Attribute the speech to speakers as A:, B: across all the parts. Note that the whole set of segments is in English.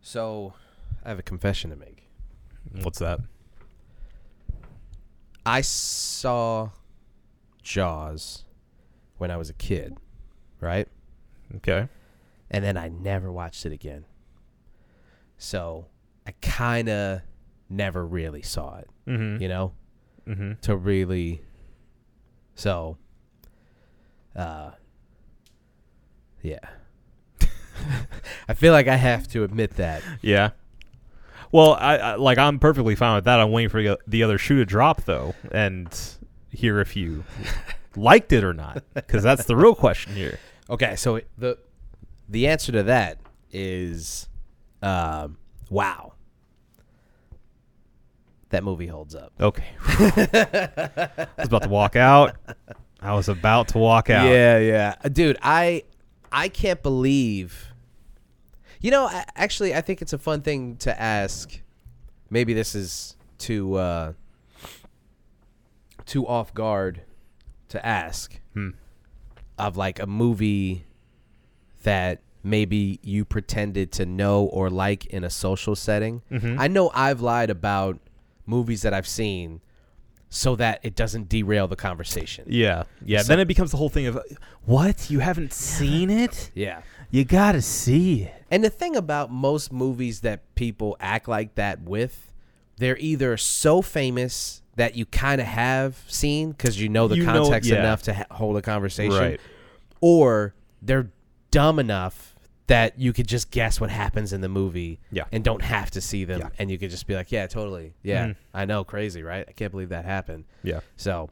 A: So, I have a confession to make.
B: What's that?
A: I saw Jaws when I was a kid, right?
B: Okay.
A: And then I never watched it again. So, I kind of never really saw it,
B: Mm-hmm.
A: you know?
B: Mm-hmm.
A: To really So, uh yeah. I feel like I have to admit that.
B: Yeah. Well, I, I like I'm perfectly fine with that. I'm waiting for the- the other shoe to drop though, and hear if you liked it or not, because that's the real question here.
A: Okay, so it- the the answer to that is um, wow. That movie holds up.
B: Okay. I was about to walk out. I was about to walk out.
A: Yeah, yeah. Uh, Dude, I I can't believe You know, I, actually I think it's a fun thing to ask. Maybe this is too uh too off guard to ask
B: Hmm.
A: of like a movie that maybe you pretended to know or like in a social setting.
B: Mhm.
A: I know I've lied about movies that I've seen so that it doesn't derail the conversation.
B: Yeah. Yeah.
A: So-
B: then it becomes the whole thing of what? You haven't seen it?
A: Yeah.
B: You gotta see it.
A: And the thing about most movies that people act like that with, they're either so famous that you kind of have seen because you know the
B: You know-
A: context
B: yeah.
A: enough to ha- hold a conversation,
B: Right.
A: or they're dumb enough that you could just guess what happens in the movie
B: Yeah.
A: and don't have to see them
B: Yeah.
A: and you could just be like yeah totally yeah
B: Mhm.
A: i know crazy right i can't believe that happened
B: Yeah.
A: so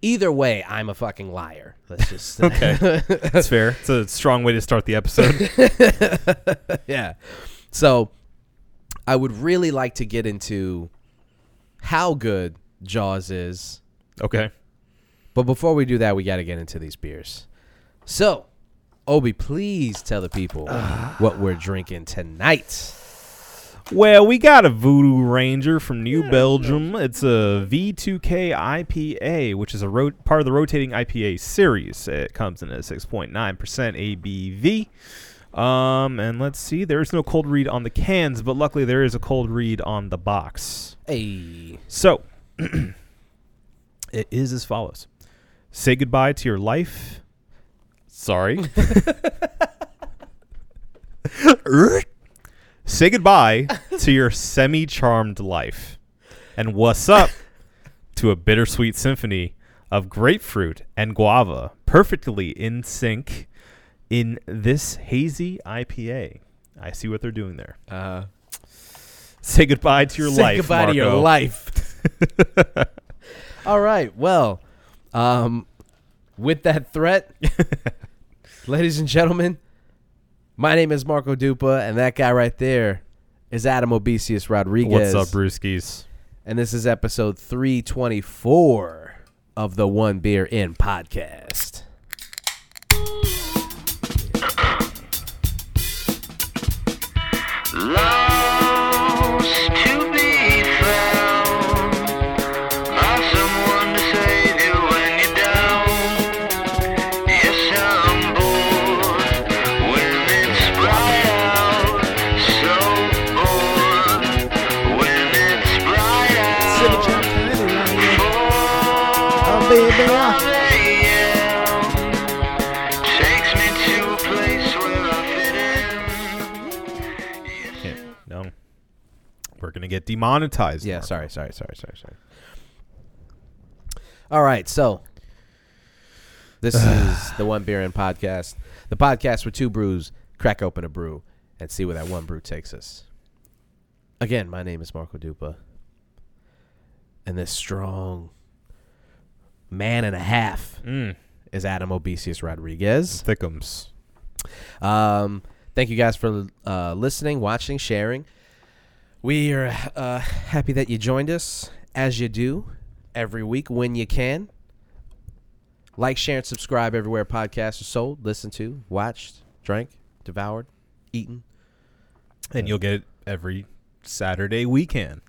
A: either way i'm a fucking liar let's just
B: Okay. That's fair. It's a strong way to start the episode.
A: yeah. So I would really like to get into how good Jaws is.
B: okay.
A: But before we do that, we got to get into these beers. So, Obi, please tell the people what we're drinking tonight.
B: Well, we got a Voodoo Ranger from New Belgium. It's a V2K IPA, which is a ro- part of the rotating IPA series. It comes in at 6.9% ABV. Um, and let's see, there is no cold read on the cans, but luckily there is a cold read on the box.
A: Hey.
B: So, it is as follows Say goodbye to your life. Sorry. Say goodbye to your semi charmed life. And what's up to a bittersweet symphony of grapefruit and guava, perfectly in sync in this hazy IPA. I see what they're doing there.
A: Uh,
B: Say goodbye to your
A: say
B: life.
A: goodbye to your
B: Marco.
A: life. All right. Well, um, with that threat, ladies and gentlemen, my name is Marco Dupa, and that guy right there is Adam Obesius Rodriguez.
B: What's up, Brewskis?
A: And this is episode 324 of the One Beer In podcast.
C: Lost to be found by someone to save you when you're down. Yes, I'm bored when it's bright out. So bored when it's bright out. Takes me to a place where I fit in. Yes,
B: Can't- No. We're going to get demonetized.
A: Yeah,
B: Mark.
A: sorry, sorry, sorry, sorry, sorry. All right, so this is the One Beer In podcast, the podcast where two brews crack open a brew and see where that one brew takes us. Again, my name is Marco Dupa, and this strong man and a half
B: Mm.
A: is Adam Obesius Rodriguez.
B: Thickums.
A: Um, thank you guys for uh, listening, watching, sharing. We are uh, happy that you joined us as you do every week when you can. Like, share, and subscribe everywhere podcasts are sold, listened to, watched, drank, devoured, eaten.
B: And you'll get it every Saturday weekend.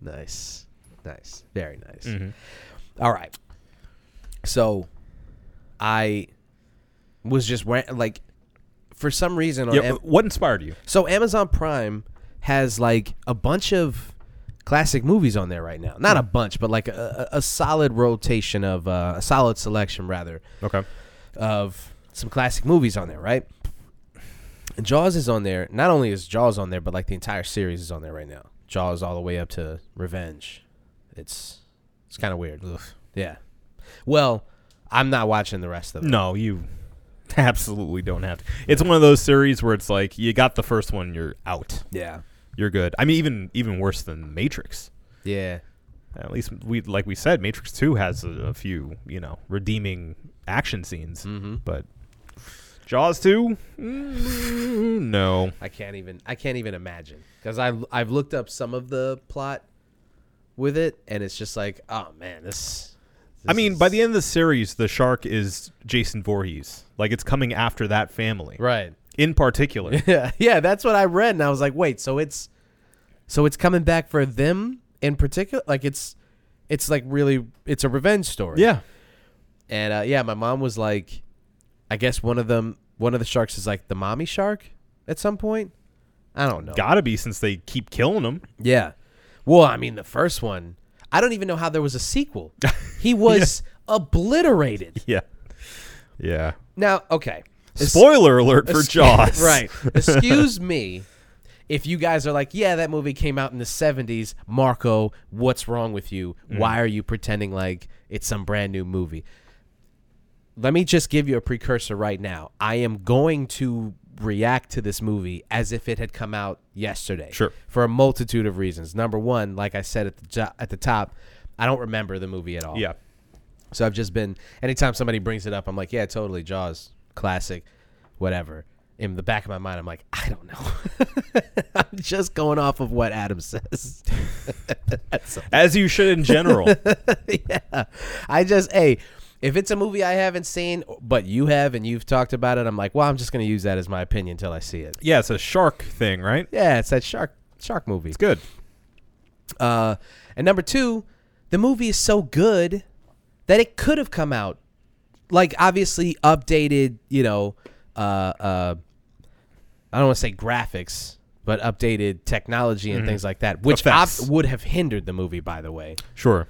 A: Nice. Nice. Very nice. All right. So I was just ran- like for some reason on
B: Yeah,
A: Am-
B: what inspired you?
A: so Amazon Prime has like a bunch of classic movies on there right now. Not a bunch, but like a, a a solid rotation of uh, a solid selection rather
B: Okay.
A: of some classic movies on there, right? And Jaws is on there. Not only is Jaws on there, but like the entire series is on there right now. Jaws all the way up to Revenge. It's it's kind of weird. Yeah. Well, I'm not watching the rest of it.
B: No, you absolutely don't have to. It's one of those series where it's like you got the first one, you're out.
A: Yeah.
B: You're good. I mean, even even worse than Matrix.
A: Yeah.
B: At least we like we said, Matrix Two has a, a few you know redeeming action scenes,
A: Mhm.
B: but Jaws Two, Mm, no.
A: I can't even I can't even imagine because I I've, I've looked up some of the plot with it and it's just like oh man this.
B: I
A: this
B: mean,
A: is-
B: by the end of the series, the shark is Jason Voorhees. Like it's coming after that family
A: right
B: in particular.
A: yeah yeah that's what I read and I was like wait so it's so it's coming back for them in particular like it's it's like really it's a revenge story
B: yeah.
A: and uh, yeah my mom was like I guess one of them one of the sharks is like the mommy shark at some point I don't know
B: Gotta be since they keep killing them.
A: Yeah. Well, I mean, the first one, I don't even know how there was a sequel. He was obliterated.
B: Yeah. Yeah.
A: Now, okay. Es-
B: Spoiler alert for
A: es-
B: Jaws.
A: right. Excuse me if you guys are like, yeah, that movie came out in the 70s. Marco, what's wrong with you?
B: Mm.
A: Why are you pretending like it's some brand new movie? Let me just give you a precursor right now. I am going to react to this movie as if it had come out yesterday
B: Sure.
A: for a multitude of reasons. Number one, like I said at the jo- at the top, I don't remember the movie at all.
B: Yeah.
A: So I've just been anytime somebody brings it up, I'm like, yeah, totally Jaws, classic, whatever. In the back of my mind, I'm like, I don't know. I'm just going off of what Adam says. That's
B: As you should in general.
A: yeah. I just hey, if it's a movie I haven't seen, but you have and you've talked about it, I'm like, well, I'm just gonna use that as my opinion until I see it.
B: yeah, it's a shark thing, right?
A: Yeah, it's that shark shark movie.
B: It's good.
A: Uh, and number two, the movie is so good that it could have come out like obviously updated, you know, uh, uh, I don't want to say graphics, but updated technology and things like that, which op-
B: Effects.
A: would have hindered the movie, by the way.
B: Sure.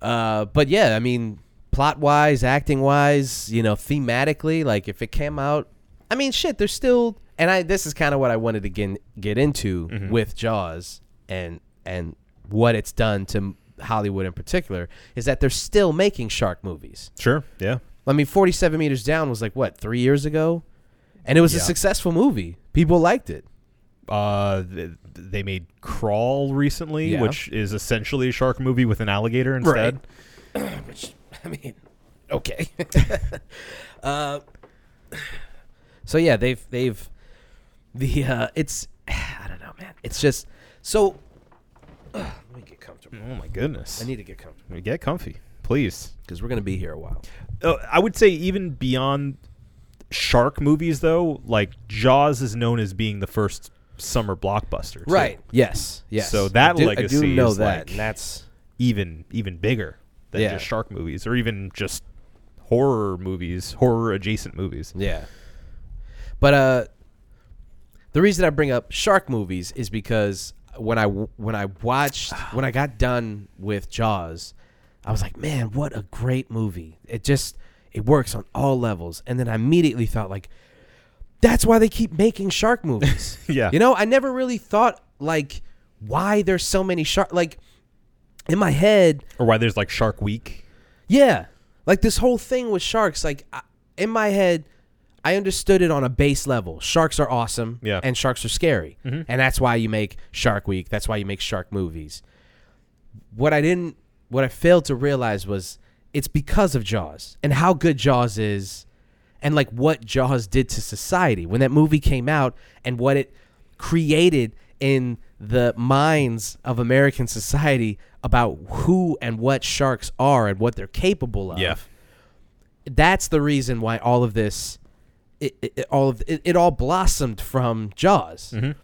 A: Uh, but yeah, I mean, plot wise, acting wise, you know, thematically, like if it came out, I mean, shit, there's still, and I this is kind of what I wanted to get get into with Jaws and and what it's done to Hollywood in particular is that they're still making shark movies.
B: Sure. Yeah.
A: I mean, 47 Meters Down was like what three years ago, and it was a
B: Yeah.
A: successful movie. People liked it.
B: Uh, th- they made Crawl recently,
A: Yeah.
B: which is essentially a shark movie with an alligator instead.
A: Which I mean, okay. uh, so yeah, they've they've the uh, it's I don't know, man. It's just so. let me get comfortable.
B: Oh my goodness.
A: I need to get comfortable
B: Get comfy, please.
A: because we're gonna be here a while.
B: uh, I would say even beyond shark movies, though, like Jaws is known as being the first summer blockbuster, too.
A: Yes. Yes.
B: So that
A: I do, I do
B: legacy
A: know
B: is
A: that,
B: like-
A: and that's
B: Even even bigger than
A: Yeah.
B: just shark movies, or even just horror movies, horror adjacent movies.
A: Yeah. But uh the reason I bring up shark movies is because when I when I watched when I got done with Jaws, I was like, "Man, what a great movie." It just it works on all levels. And then I immediately thought like that's why they keep making shark movies.
B: Yeah.
A: You know, I never really thought like why there's so many shark like in my head
B: Or why there's like Shark Week.
A: yeah. Like this whole thing with sharks, like I, in my head, I understood it on a base level. Sharks are awesome.
B: Yeah.
A: And sharks are scary. And that's why you make Shark Week. That's why you make shark movies. What I didn't, what I failed to realize was it's because of Jaws and how good Jaws is and like what Jaws did to society when that movie came out and what it created in the minds of American society about who and what sharks are and what they're capable of. That's the reason why all of this, it, it, it- all of it, it all blossomed from Jaws, and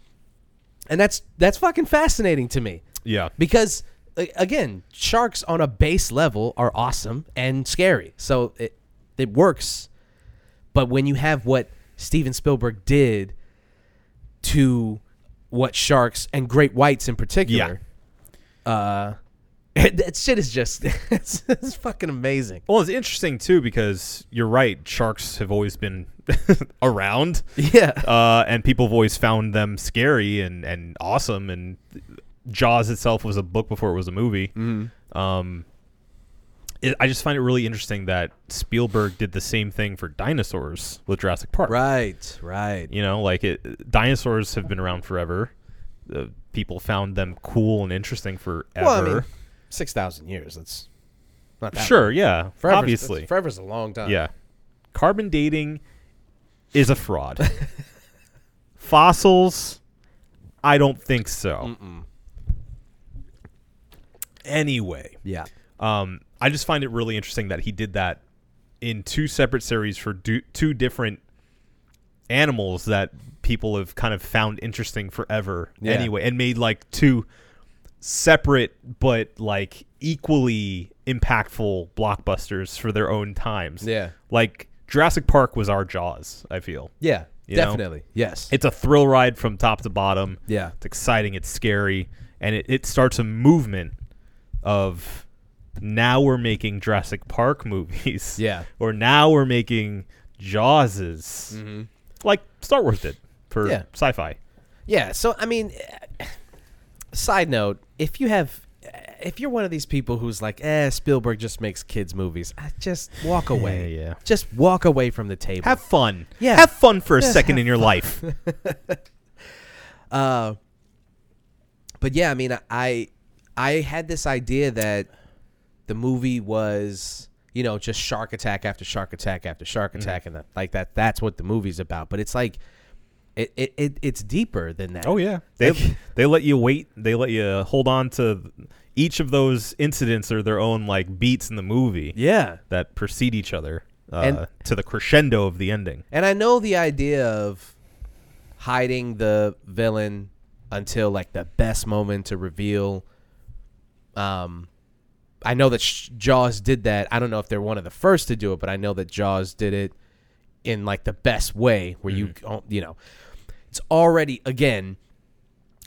A: that's that's fucking fascinating to me
B: Yeah.
A: because a- again, sharks on a base level are awesome and scary, so it it works. But when you have what Steven Spielberg did to what sharks and great whites in particular. Uh, that shit is just it's, it's fucking amazing.
B: Well, it's interesting too because you're right. Sharks have always been around,
A: Yeah.
B: uh, and people have always found them scary and, and awesome. And Jaws itself was a book before it was a movie.
A: Mm-hmm.
B: Um, it, I just find it really interesting that Spielberg did the same thing for dinosaurs with Jurassic Park.
A: Right, right.
B: You know, like it, dinosaurs have been around forever. Uh, people found them cool and interesting forever.
A: Well, I mean, six thousand years. That's not that
B: sure, yeah,
A: Forever's,
B: obviously,
A: forever's a long time.
B: yeah. Carbon dating is a fraud. Fossils, I don't think so. Anyway,
A: yeah.
B: um, I just find it really interesting that he did that in two separate series for do- two different animals that people have kind of found interesting forever
A: Yeah.
B: anyway and made like two separate but like equally impactful blockbusters for their own times
A: Yeah.
B: like jurassic park was our jaws i feel
A: Yeah,
B: You know?
A: definitely. Yes.
B: it's a thrill ride from top to bottom
A: yeah.
B: it's exciting. It's scary, and it, it starts a movement of now we're making Jurassic Park movies.
A: Yeah.
B: or now we're making Jawses, like Star Wars did for
A: Yeah.
B: sci-fi.
A: Yeah. So I mean, eh, side note: if you have, eh, if you're one of these people who's like, eh, Spielberg just makes kids movies, I just walk away.
B: yeah.
A: Just walk away from the table.
B: Have fun.
A: Yeah.
B: have fun for a
A: Just
B: second
A: have
B: in your life.
A: Uh, but yeah, I mean, I I had this idea that the movie was you know just shark attack after shark attack after shark
B: Mm-hmm.
A: attack and that, like that that's what the movie's about. But it's like it it, it it's deeper than
B: Oh,
A: that.
B: they
A: Like-
B: they let you wait. They let you hold on to each of those incidents or their own like beats in the movie
A: yeah.
B: that precede each other uh,
A: And-
B: to the crescendo of the ending.
A: And I know the idea of hiding the villain until like the best moment to reveal. Um, I know that Sh- Jaws did that. I don't know if they're one of the first to do it, but I know that Jaws did it in like the best way, where you you know, it's already again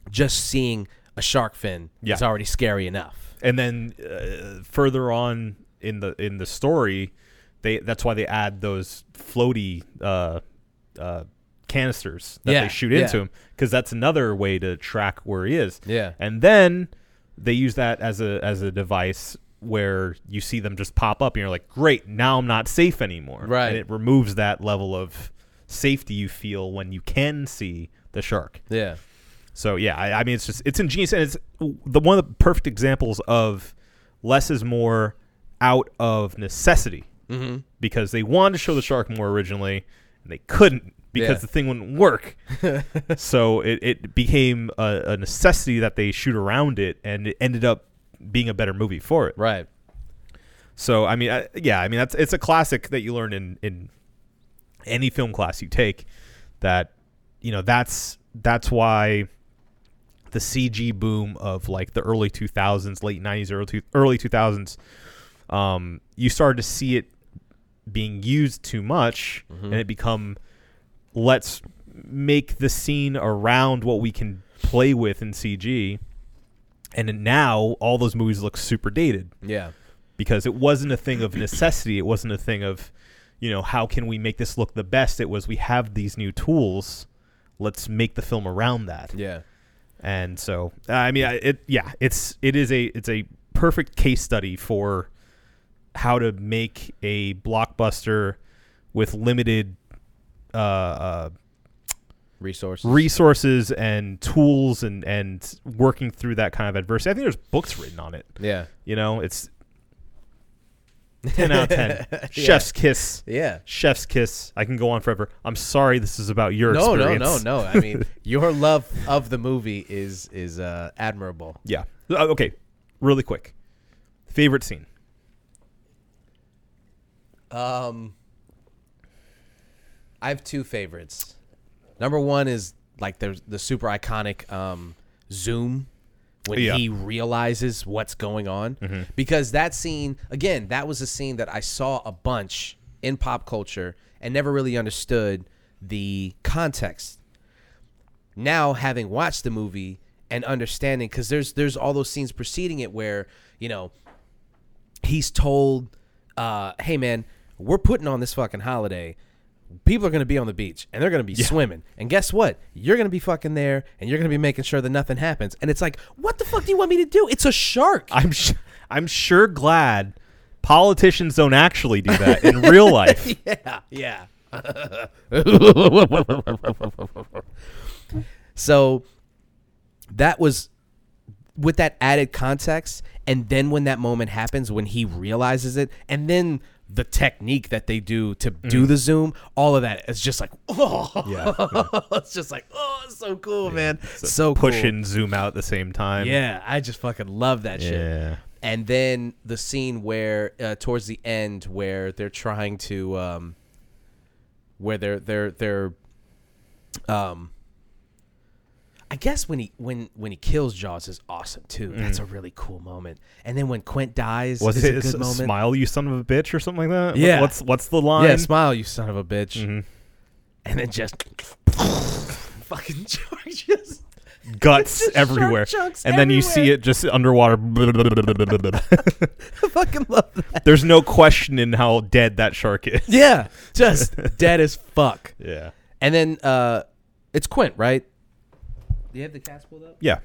A: just seeing a shark fin
B: Yeah.
A: is already scary enough.
B: and then uh, further on in the in the story they that's why they add those floaty uh, uh, canisters that
A: Yeah,
B: they shoot
A: yeah.
B: into him because that's another way to track where he is
A: Yeah.
B: and then they use that as a as a device where you see them just pop up and you're like great now i'm not safe anymore
A: Right.
B: and it removes that level of safety you feel when you can see the shark
A: Yeah,
B: so yeah, I, I mean, it's just it's ingenious, and it's the one of the perfect examples of less is more out of necessity mm-hmm. because they wanted to show the shark more originally, and they couldn't because
A: Yeah.
B: the thing wouldn't work. so it, it became a, a necessity that they shoot around it, and it ended up being a better movie for it.
A: right.
B: So I mean, I, yeah, I mean that's it's a classic that you learn in in any film class you take. That you know that's that's why the CG boom of like the early two thousands, late nineties, early two, early two thousands, um, you started to see it being used too much, and it become let's make the scene around what we can play with in CG. And then now all those movies look super dated
A: Yeah,
B: because it wasn't a thing of necessity. It wasn't a thing of, you know, how can we make this look the best? It was we have these new tools. Let's make the film around that.
A: yeah.
B: And so, I mean, I- it yeah, it's it is a it's a perfect case study for how to make a blockbuster with limited uh, uh,
A: Resources.
B: resources and tools and and working through that kind of adversity. I think there's books written on it.
A: yeah,
B: You know, it's 10 out of 10. Chef's kiss.
A: yeah.
B: Chef's kiss. I can go on forever. I'm sorry this is about your
A: no,
B: experience.
A: no, no, no. I mean, your love of the movie is is uh, admirable.
B: Yeah. Uh, Okay. Really quick. Favorite scene.
A: Um, I have two favorites. Number one is like the the super iconic um, zoom when
B: Yeah. Mm-hmm.
A: he realizes what's going on because that scene again that was a scene that I saw a bunch in pop culture and never really understood the context. Now having watched the movie and understanding cuz there's there's all those scenes preceding it where, you know, he's told uh, hey man, we're putting on this fucking holiday. People are going to be on the beach and they're going to be swimming. And guess what? You're going to be fucking there and you're going to be making sure that nothing happens. And it's like, what the fuck do you want me to do? It's a shark.
B: I'm sh- I'm sure glad politicians don't actually do that in real life.
A: yeah, yeah. so that was with that added context, and then when that moment happens, when he realizes it, and then the technique that they do to do the zoom, all of that is just like, oh,
B: Mm. Yeah,
A: it's just like, oh, it's so cool, man, so, cool.
B: Push and zoom out at the same time.
A: Yeah, I just fucking love that
B: Yeah.
A: shit. And then the scene where uh, towards the end where they're trying to um where they're they're they're um I guess when he when when he kills Jaws is awesome too. That's a really cool moment. And then when Quint dies
B: Was
A: is
B: it
A: a
B: s-
A: good moment.
B: smile, you son of a bitch, or something like that? What-
A: Yeah.
B: What's what's the line?
A: Yeah, smile, you son of a bitch. And then just fucking George just
B: Guts
A: Just shark
B: everywhere,
A: chunks
B: and then you see
A: everywhere.
B: it just underwater.
A: I fucking love that.
B: There's no question in how dead that shark is.
A: Yeah, just dead as fuck.
B: Yeah.
A: And then uh it's Quint, right? Do you have the cast pulled up?
B: Yeah.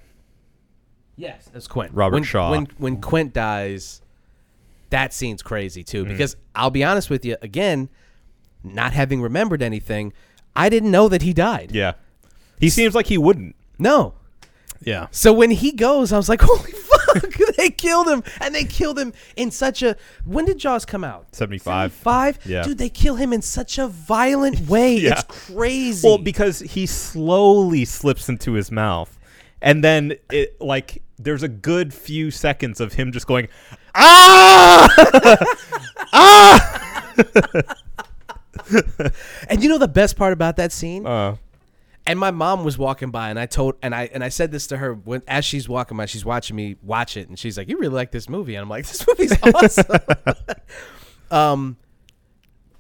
A: Yes, it's Quint.
B: Robert
A: when,
B: Shaw.
A: When when Quint dies, that scene's crazy too.
B: Mm-hmm.
A: Because I'll be honest with you, again, not having remembered anything, I didn't know that he died.
B: Yeah. He seems like he wouldn't.
A: No.
B: Yeah.
A: So when he goes, I was like, holy fuck, they killed him. And they killed him in such a. When did Jaws come out?
B: 75.
A: 75?
B: Yeah.
A: Dude, they kill him in such a violent way.
B: Yeah.
A: It's crazy.
B: Well, because he slowly slips into his mouth, and then it like there's a good few seconds of him just going, ah,
A: and you know the best part about that scene?
B: uh,
A: and my mom was walking by and I told and I and I said this to her when as she's walking by she's watching me watch it and she's like you really like this movie and I'm like this movie's awesome um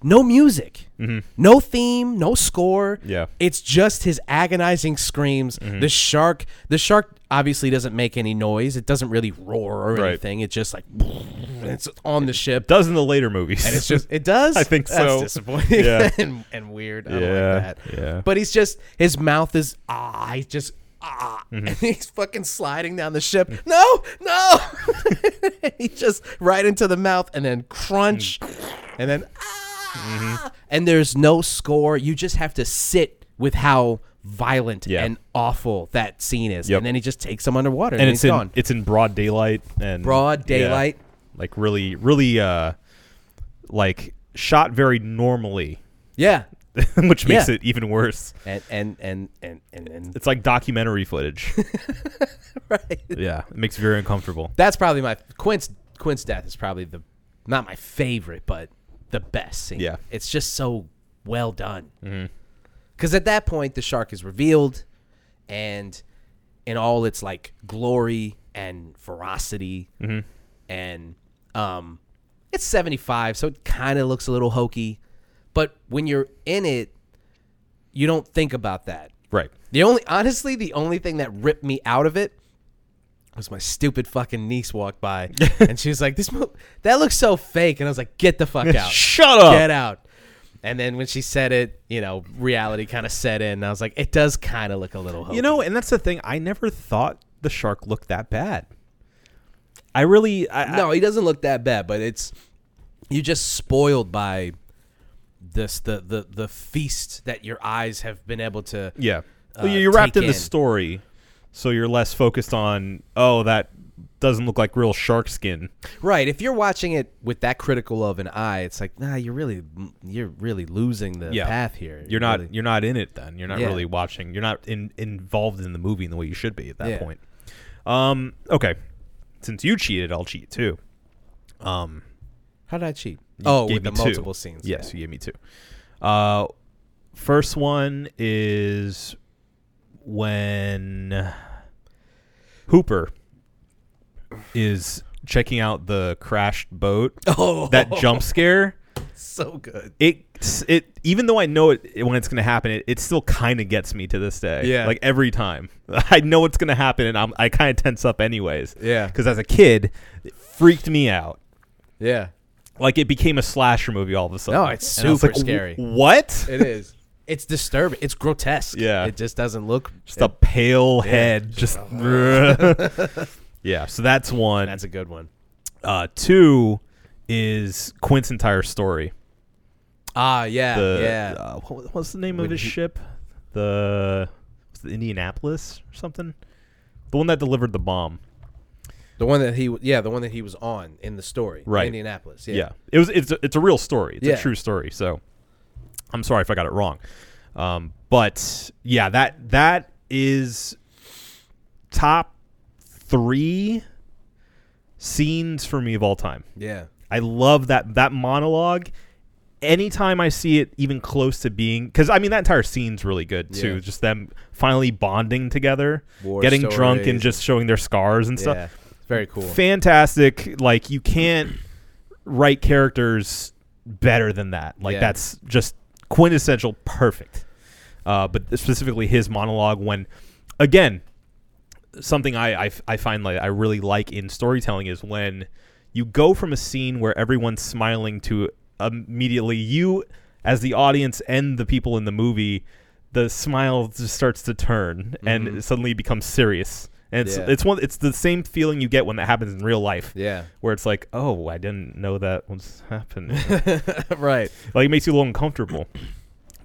A: no music no theme no score
B: Mm-hmm. Yeah. Mm-hmm.
A: it's just his agonizing screams the shark the shark obviously doesn't make any noise it doesn't really roar or
B: Right.
A: anything it's just like and it's on the ship
B: does in the later movies.
A: and it's just it does.
B: I think
A: That's
B: so.
A: Disappointing
B: Yeah.
A: and, and weird. I
B: Yeah,
A: don't like that.
B: yeah.
A: But he's just his mouth is ah. He's just ah, and
B: Mm-hmm.
A: he's fucking sliding down the ship. No, no. he just right into the mouth, and then crunch,
B: Mm.
A: and then ah.
B: Mm-hmm.
A: And there's no score. You just have to sit with how violent
B: Yeah.
A: and awful that scene is.
B: Yep.
A: And then he just takes him underwater, and,
B: and
A: he's
B: it's in
A: gone.
B: it's in broad daylight and
A: Broad
B: yeah,
A: daylight.
B: like really, really, uh, like shot very normally,
A: yeah.
B: which makes
A: Yeah.
B: it even worse.
A: And and and and and, and
B: It's like documentary footage.
A: right.
B: yeah, it makes you very uncomfortable.
A: that's probably my Quint's Quint's death is probably the not my favorite, but the best scene.
B: Yeah.
A: it's just so well done. Because at that point, the shark is revealed, and in all its like glory and ferocity, and um, it's seventy five, so it kind of looks a little hokey. But when you're in it, you don't think about that.
B: Right.
A: The only, honestly, the only thing that ripped me out of it was my stupid fucking niece walked by, and she was like, "This mo- that looks so fake," and I was like, "Get the fuck out,
B: Shut up.
A: get out." And then when she said it, you know, reality kind of set in. And I was like, "It does kind of look a little, hokey.
B: You know, and that's the thing. I never thought the shark looked that bad. I really, I,
A: no, he doesn't look that bad, but it's you just spoiled by this the the the feast that your eyes have been able to
B: yeah.
A: uh,
B: you're wrapped
A: take
B: in the
A: in.
B: story, so you're less focused on. Oh, that doesn't look like real shark skin.
A: Right. If you're watching it with that critical of an eye, it's like, nah, you're really, you're really losing the
B: Yeah.
A: path here.
B: You're not.
A: really-
B: You're not in it. Then you're not
A: Yeah.
B: really watching. You're not in, involved in the movie in the way you should be at that
A: Yeah.
B: point. Um. Okay. Since you cheated, I'll cheat too. Um.
A: How did I cheat?
B: you
A: Oh,
B: gave
A: with the
B: me two.
A: multiple scenes.
B: Yes, you gave me two. Uh, first one is when Hooper is checking out the crashed boat.
A: Oh,
B: That jump scare.
A: so good.
B: it it even though I know it, it- when it's gonna happen, it, it still kind of gets me to this day.
A: Yeah.
B: like every time I know it's gonna happen, and I'm I kind of tense up anyways.
A: Yeah.
B: because as a kid, it freaked me out.
A: Yeah.
B: Like it became a slasher movie all of a sudden.
A: No, it's
B: And I was
A: super
B: like, "Wh-
A: scary."
B: What?
A: It is. It's disturbing. It's grotesque.
B: Yeah.
A: It just doesn't look.
B: just a pale head. Just yeah. So that's one.
A: That's a good one.
B: uh, two is Quint's entire story.
A: Ah, yeah,
B: the
A: yeah.
B: uh, what, was- what's the name
A: When
B: of his
A: he-
B: ship? The was it Indianapolis or something? The one that delivered the bomb.
A: the one that he, yeah, the one that he was on in the story,
B: Right.
A: Indianapolis.
B: Yeah.
A: Yeah.
B: It was it's a, it's a real story. It's
A: Yeah.
B: a true story. So I'm sorry if I got it wrong. Um, but yeah, that that is top 3 scenes for me of all time.
A: yeah.
B: I love that that monologue. Anytime I see it, even close to being, because I mean that entire scene's really good too.
A: Yeah.
B: Just them finally bonding together,
A: War
B: getting drunk, and
A: stories.
B: just showing their scars and
A: Yeah.
B: stuff.
A: It's very cool.
B: Fantastic! Like you can't write characters better than that. Like
A: Yeah.
B: that's just quintessential, perfect. Uh, but specifically his monologue when, again, something I, I, I find like I really like in storytelling is when you go from a scene where everyone's smiling to immediately you as the audience and the people in the movie, the smile just starts to turn and it suddenly becomes serious. And it's,
A: Mm-hmm. Yeah.
B: it's one it's the same feeling you get when that happens in real life.
A: yeah.
B: Where it's like, oh, I didn't know that was happening.
A: right.
B: like it makes you a little uncomfortable.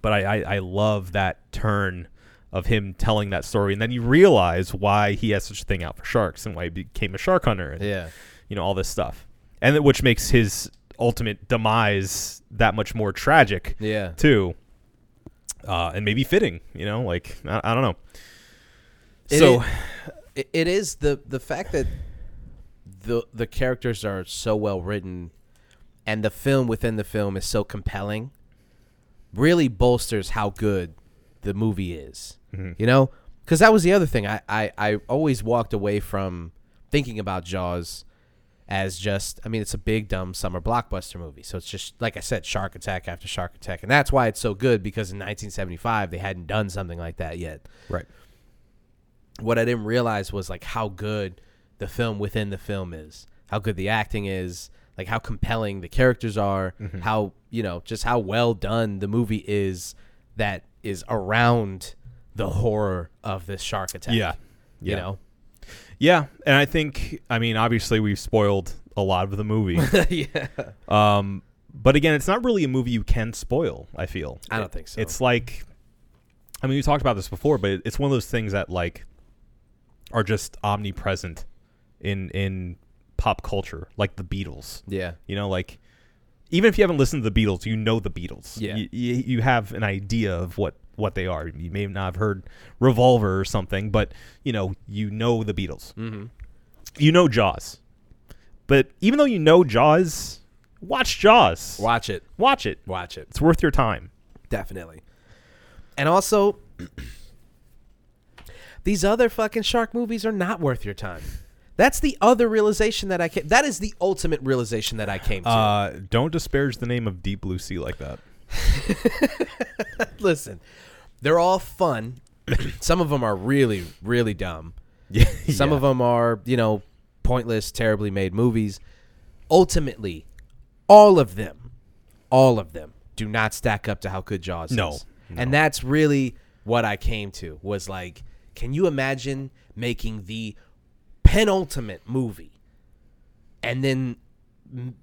B: But I, I, I love that turn of him telling that story, and then you realize why he has such a thing out for sharks and why he became a shark hunter, and
A: Yeah.
B: you know all this stuff, and that, which makes his ultimate demise that much more tragic
A: Yeah.
B: too, uh, and maybe fitting. You know, like I, I don't know.
A: It
B: so
A: i- it, it is the the fact that the the characters are so well written and the film within the film is so compelling really bolsters how good the movie is you know because that was the other thing I, I i always walked away from thinking about jaws as just i mean it's a big dumb summer blockbuster movie so it's just like i said shark attack after shark attack and that's why it's so good because in 1975 they hadn't done something like that yet
B: right,
A: what I didn't realize was like how good the film within the film is, how good the acting is, like how compelling the characters are,
B: Mm-hmm.
A: how you know just how well done the movie is that is around the horror of this shark attack.
B: yeah, yeah.
A: you know,
B: yeah, and I think I mean obviously we've spoiled a lot of the movie.
A: yeah,
B: Um, but again, it's not really a movie you can spoil. I feel.
A: I don't think so.
B: It's like, I mean, we talked about this before, but it's one of those things that like are just omnipresent in in pop culture, like the Beatles.
A: yeah,
B: You know, like even if you haven't listened to the Beatles, you know the Beatles.
A: Yeah.
B: You, you, you have an idea of what what they are. You may not have heard Revolver or something, but you know you know the Beatles.
A: mm-hmm.
B: You know Jaws. But even though you know Jaws, watch Jaws.
A: Watch it,
B: Watch it.
A: watch it,
B: It's worth your time.
A: definitely. And also, these other fucking shark movies are not worth your time. That's the other realization that I came. That is the ultimate realization that I came to.
B: Uh, don't disparage the name of Deep Blue Sea like that.
A: Listen, they're all fun. Some of them are really, really dumb.
B: Yeah.
A: Some of them are, you know, pointless, terribly made movies. Ultimately, all of them, all of them do not stack up to how good Jaws
B: No,
A: is. And that's really what I came to was like, can you imagine making the penultimate movie and then m-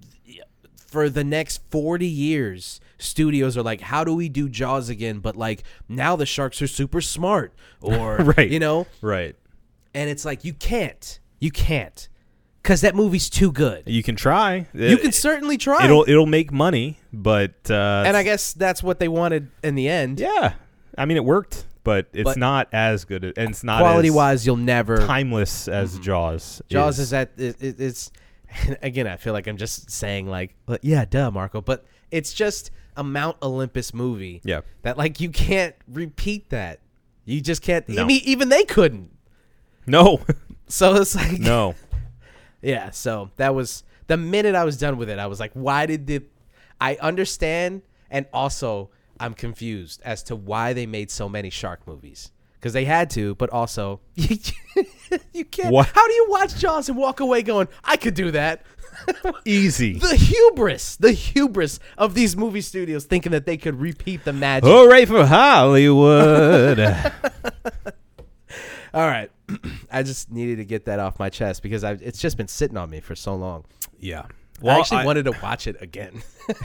A: for the next 40 years studios are like how do we do jaws again but like now the sharks are super smart or
B: Right.
A: you know
B: Right.
A: and it's like you can't you can't because that movie's too good
B: You can try.
A: you can certainly try
B: It'll it'll make money, but uh,
A: and i guess that's what they wanted in the end
B: yeah. I mean, it worked, but it's
A: But-
B: not as good, and it's not
A: quality
B: as
A: wise you'll never
B: timeless as Jaws.
A: jaws is at it, it, it's again i feel like i'm just saying like "Well, yeah duh marco but it's just a mount olympus movie
B: yeah.
A: that like you can't repeat that you just can't
B: No.
A: i mean even they couldn't
B: No,
A: so it's like
B: no.
A: yeah so that was the minute i was done with it i was like why did the I understand, and also I'm confused as to why they made so many shark movies because they had to, but also you can't.
B: What?
A: How do you watch Jaws and walk away going, "I could do that"? E-
B: Easy.
A: the hubris, the hubris of these movie studios thinking that they could repeat the magic.
B: Hooray for Hollywood.
A: All right. I just needed to get that off my chest because I, it's just been sitting on me for so long.
B: yeah.
A: I actually wanted to watch it again.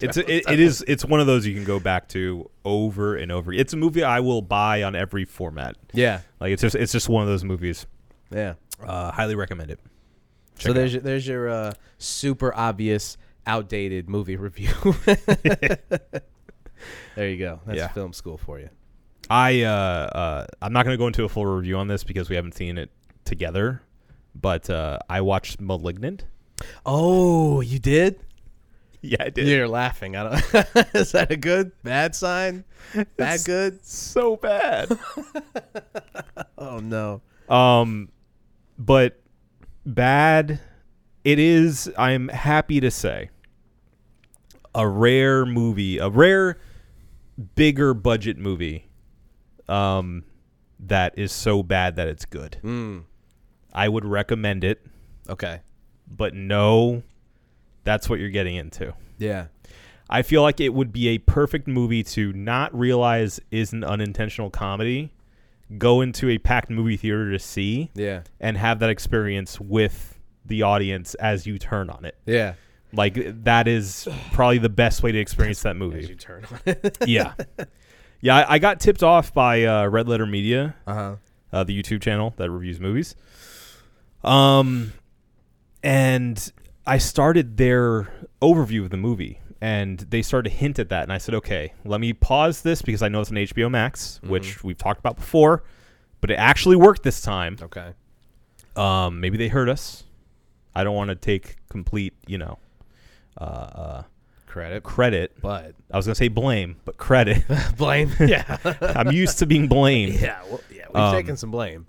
B: it's it, it is it's one of those you can go back to over and over. It's a movie I will buy on every format.
A: yeah.
B: Like it's just it's just one of those movies.
A: Yeah.
B: Uh, highly recommend it.
A: so there's your, there's your uh, super obvious outdated movie review. there you go. That's
B: Yeah.
A: film school for you.
B: I uh, uh, I'm not going to go into a full review on this because we haven't seen it together, but uh, I watched *Malignant*.
A: Oh, you did?
B: Yeah, I did.
A: You're laughing. I don't. is that a good bad sign? Bad good?
B: So bad.
A: Oh no.
B: um, but bad. It is. I'm happy to say a rare movie, a rare bigger budget movie, um, that is so bad that it's good.
A: Mm.
B: I would recommend it,
A: Okay.
B: but no, that's what you're getting into.
A: Yeah.
B: I feel like it would be a perfect movie to not realize is an unintentional comedy, go into a packed movie theater to see,
A: Yeah.
B: and have that experience with the audience as you turn on it.
A: Yeah.
B: Like that is probably the best way to experience that movie.
A: turn on it.
B: yeah, yeah. I, I got tipped off by uh, Red Letter Media,
A: Uh huh.
B: uh, the YouTube channel that reviews movies. Um, and I started their overview of the movie, and they started to hint at that, and I said, okay, let me pause this because I know it's on HBO Max,
A: Mm-hmm.
B: which we've talked about before, but it actually worked this time.
A: Okay.
B: Um, maybe they heard us. I don't want to take complete, you know, uh, uh,
A: Credit,
B: credit.
A: but
B: I was gonna say blame, but credit.
A: blame. Yeah.
B: I'm used to being blamed.
A: Yeah, well, yeah, we've
B: Um,
A: taken some blame.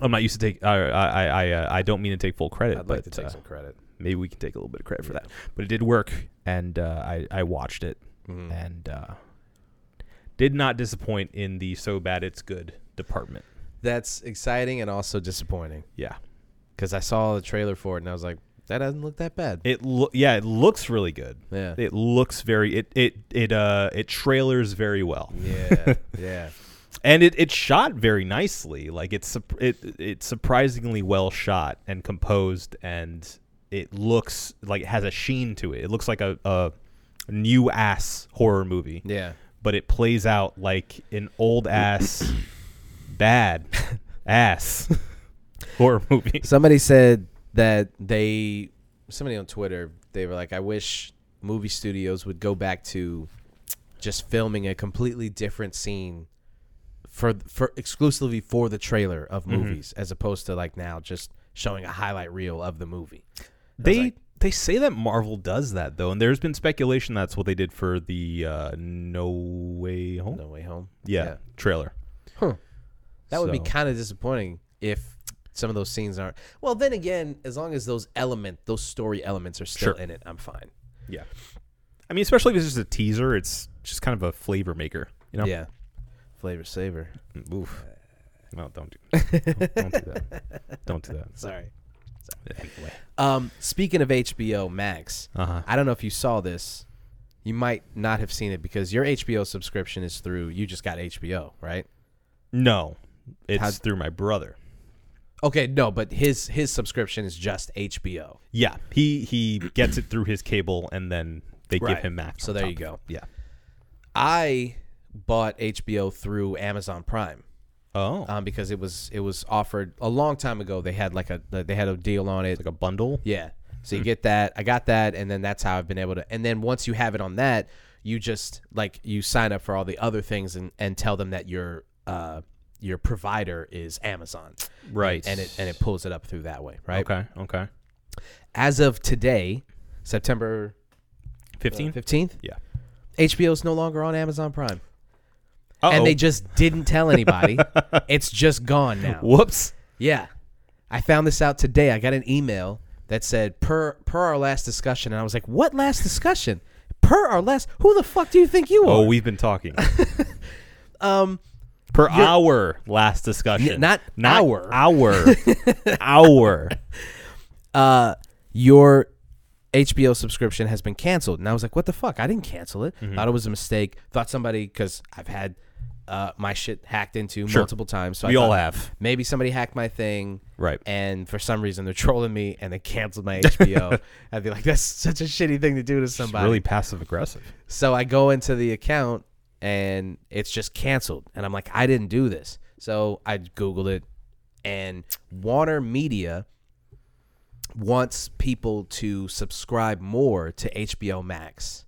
B: I'm not used to take. I I I, uh, I don't mean to take full credit.
A: I'd
B: but,
A: like to take
B: uh,
A: some credit.
B: maybe we can take a little bit of credit for that. But it did work, and uh, I I watched it
A: Mm-hmm.
B: and uh, did not disappoint in the so bad it's good department.
A: That's exciting and also disappointing
B: Yeah,
A: because I saw the trailer for it and I was like, that doesn't look that bad.
B: it lo- yeah it looks really good.
A: Yeah.
B: it looks very it it it uh it trailers very well,
A: yeah, yeah,
B: and it it's shot very nicely. Like it's sup- it it's surprisingly well shot and composed, and it looks like it has a sheen to it. It looks like a a new ass horror movie.
A: yeah.
B: but it plays out like an old ass bad ass horror movie.
A: Somebody said that they, somebody on Twitter, they were like, I wish movie studios would go back to just filming a completely different scene for for exclusively for the trailer of movies as opposed to like now just showing a highlight reel of the movie.
B: They they say that Marvel does that though, and there's been speculation that's what they did for the uh, No Way Home.
A: No way home.
B: Yeah, trailer.
A: Huh. That would be
B: So-
A: kind of disappointing if some of those scenes aren't. Well, then again, as long as those element, those story elements are still
B: Sure.
A: in it, I'm fine.
B: Yeah, I mean, especially if it's just a teaser, it's just kind of a flavor maker. You know?
A: Yeah. Flavor saver.
B: Oof. No, don't do. Don't, don't do that. Don't do that.
A: Sorry.
B: Anyway.
A: Um, speaking of HBO Max,
B: Uh-huh.
A: I don't know if you saw this. You might not have seen it because your HBO subscription is through. You just got HBO, right?
B: No, it's
A: How'd-
B: through my brother.
A: Okay, no, but his his subscription is just HBO.
B: Yeah, he he gets it through his cable, and then they give
A: Right.
B: him Max.
A: So
B: on
A: there
B: top
A: you
B: of
A: go.
B: it. Yeah.
A: I bought HBO through Amazon Prime.
B: Oh,
A: um, because it was it was offered a long time ago. They had like a they had a deal on it.
B: like a Hmm. bundle.
A: yeah, so you get that. I got that, and then that's how I've been able to. And then once you have it on that, you just like you sign up for all the other things and and tell them that your uh your provider is Amazon,
B: Right.
A: and it and it pulls it up through that way, right?
B: Okay. Okay.
A: As of today, September
B: Fifteen.
A: fifteenth,
B: yeah.
A: HBO is no longer on Amazon Prime,
B: Oh.
A: and they just didn't tell anybody. it's just gone now.
B: Whoops.
A: Yeah. I found this out today. I got an email that said per per our last discussion and I was like, "What last discussion?" per or less. Who the fuck do you think you are?
B: Oh, we've been talking.
A: um,
B: Per hour last discussion.
A: N- not hour.
B: Hour. hour.
A: uh, your HBO subscription has been canceled. And I was like, what the fuck? I didn't cancel it.
B: Mm-hmm.
A: Thought it was a mistake. Thought somebody, because I've had uh, my shit hacked into
B: Sure.
A: multiple times. So
B: We
A: I
B: all
A: thought
B: have.
A: Maybe somebody hacked my thing.
B: Right.
A: And for some reason, they're trolling me and they canceled my HBO. I'd be like, that's such a shitty thing to do to
B: It's
A: somebody.
B: really passive aggressive.
A: So I go into the account and it's just canceled. And I'm like, I didn't do this. So I Googled it. And Warner Media wants people to subscribe more to HBO Max.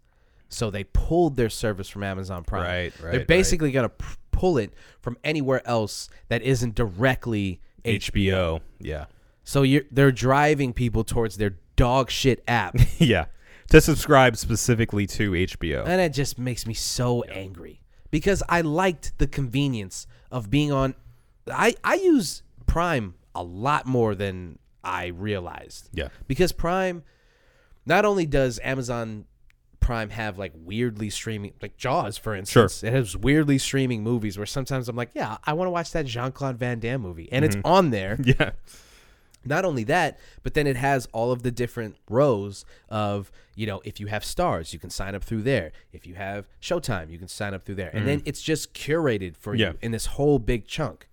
A: So they pulled their service from Amazon Prime.
B: Right, right,
A: They're
B: right.
A: basically going to p- pull it from anywhere else that isn't directly HBO.
B: HBO. Yeah.
A: So you're, they're driving people towards their dog shit app.
B: yeah. To subscribe specifically to HBO.
A: And it just makes me so angry because I liked the convenience of being on. I, I use Prime a lot more than I realized.
B: Yeah.
A: Because Prime, not only does Amazon Prime have like weirdly streaming, like Jaws, for instance, it has weirdly streaming movies where sometimes I'm like, yeah, I want to watch that Jean Claude Van Damme movie. And it's on there
B: Yeah.
A: not only that, but then it has all of the different rows of, you know, if you have stars, you can sign up through there. If you have Showtime, you can sign up through there. And then it's just curated for
B: Mm. Yeah.
A: you in this whole big chunk.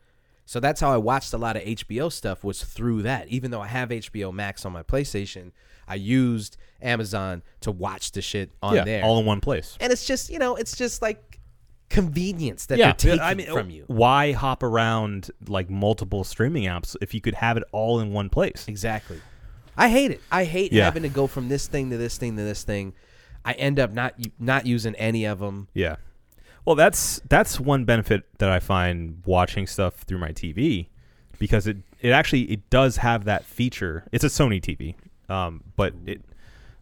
A: So that's how I watched a lot of HBO stuff was through that. Even though I have HBO Max on my PlayStation, I used Amazon to watch the shit on
B: yeah.
A: there.
B: All in one place.
A: and it's just, you know, it's just like convenience that
B: yeah.
A: they're taking
B: I mean,
A: from you.
B: Why hop around like multiple streaming apps if you could have it all in one place?
A: Exactly. I hate it. I hate
B: Yeah.
A: having to go from this thing to this thing to this thing. I end up not u- not using any of them.
B: Yeah. Well, that's that's one benefit that I find watching stuff through my TV because it it actually it does have that feature. It's a Sony TV, um, but it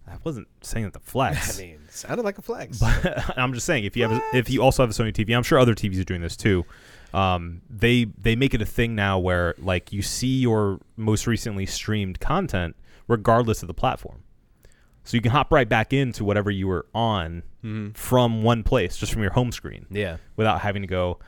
B: I wasn't saying that the flex.
A: mean, sounded like a flex.
B: I'm just saying if you have a, if you also have a Sony TV, I'm sure other TVs are doing this too. Um, they they make it a thing now where like you see your most recently streamed content regardless of the platform, so you can hop right back into whatever you were on from one place, just from your home screen
A: yeah.
B: without having to go,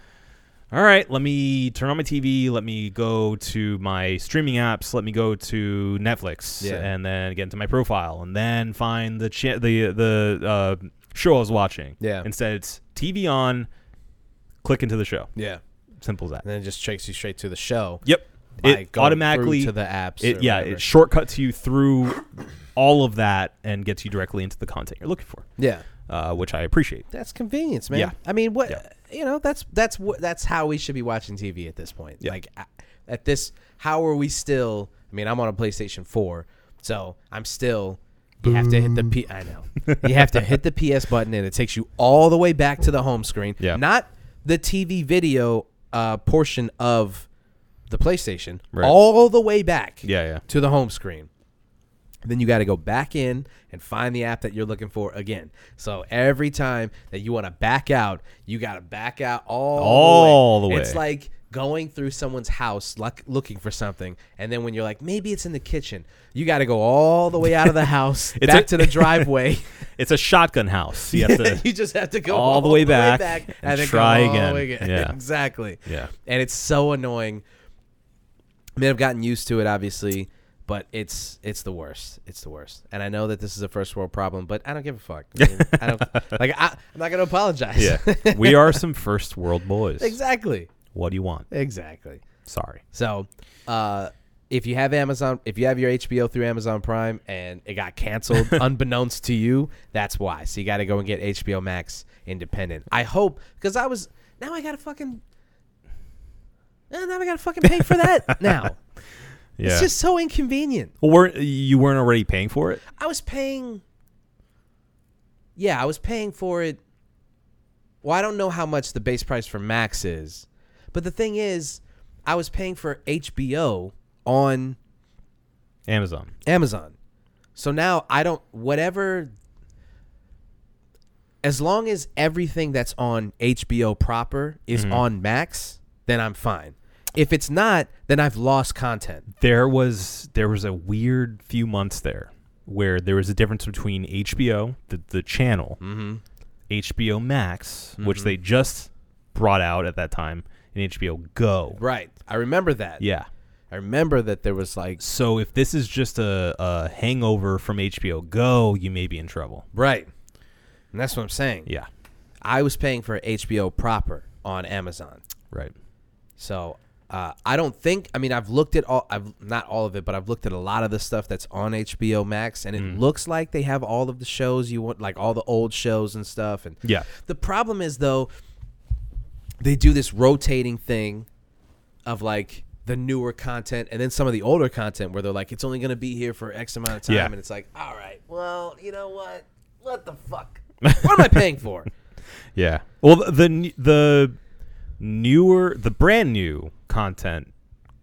B: all right, let me turn on my TV, let me go to my streaming apps, let me go to Netflix,
A: Yeah.
B: and then get into my profile, and then find the cha- the the uh, show I was watching.
A: Yeah.
B: Instead, it's TV on, click into the show.
A: Yeah.
B: Simple as that.
A: And then it just takes you straight to the show.
B: Yep.
A: by going
B: It
A: through
B: automatically
A: to the apps.
B: it,
A: or
B: yeah,
A: whatever.
B: it shortcuts you through all of that and gets you directly into the content you're looking for,
A: yeah.
B: uh, which I appreciate.
A: That's convenience, man.
B: Yeah.
A: I mean, what
B: Yeah.
A: you know, that's that's what that's how we should be watching TV at this point.
B: Yeah.
A: Like I- at this how are we still I mean, I'm on a PlayStation 4, so I'm still you have to hit the P I know. you have to hit the PS button and it takes you all the way back to the home screen.
B: Yeah.
A: Not the TV video uh, portion of the PlayStation.
B: Right.
A: All the way back
B: Yeah, yeah.
A: to the home screen. Then you got to go back in and find the app that you're looking for again. So every time that you want to back out, you got to back out all,
B: All the way.
A: It's like going through someone's house like looking for something and then when you're like maybe it's in the kitchen you got to go all the way out of the house
B: It's
A: back
B: a-
A: to the driveway
B: It's a shotgun house. You have to
A: you just have to go
B: all the way back
A: then
B: and
A: go
B: try
A: all the
B: again.
A: way
B: Yeah.
A: exactly.
B: Yeah.
A: and it's so annoying. I mean, I've gotten used to it, obviously, but it's it's the worst. It's the worst, and I know that this is a first world problem, but I don't give a fuck. I, mean, I don't like. I, I'm not gonna apologize.
B: Yeah. we are some first world boys.
A: exactly,
B: What do you want?
A: exactly.
B: Sorry.
A: So, uh, if you have Amazon, if you have your HBO through Amazon Prime and it got canceled unbeknownst to you, that's why. So you got to go and get HBO Max independent. I hope because I was now I got to fucking eh, now I got to fucking pay for that now.
B: Yeah.
A: It's just so inconvenient.
B: well, weren't you weren't already paying for it?
A: I was paying. Yeah, I was paying for it. Well, I don't know how much the base price for Max is, but the thing is, I was paying for HBO on
B: Amazon.
A: Amazon. So now I don't whatever as long as everything that's on HBO proper is
B: Mm-hmm.
A: on Max, then I'm fine. If it's not, then I've lost content.
B: There was there was a weird few months there where there was a difference between HBO, the, the channel,
A: Mm-hmm.
B: HBO Max, which they just brought out at that time, and HBO Go.
A: Right. I remember that.
B: Yeah.
A: I remember that there was like
B: So if this is just a, a hangover from HBO Go, you may be in trouble.
A: right. And that's what I'm saying.
B: Yeah.
A: I was paying for HBO proper on Amazon.
B: Right.
A: So uh, I don't think. I mean, I've looked at all. I've not all of it, but I've looked at a lot of the stuff that's on HBO Max, and it
B: Mm.
A: looks like they have all of the shows you want, like all the old shows and stuff. And
B: Yeah.
A: the problem is though, they do this rotating thing of like the newer content and then some of the older content where they're like, it's only going to be here for X amount of time,
B: Yeah.
A: and it's like, all right, well, you know what? What the fuck? What am I paying for?
B: Yeah. Well, th- the n- the newer, the brand new content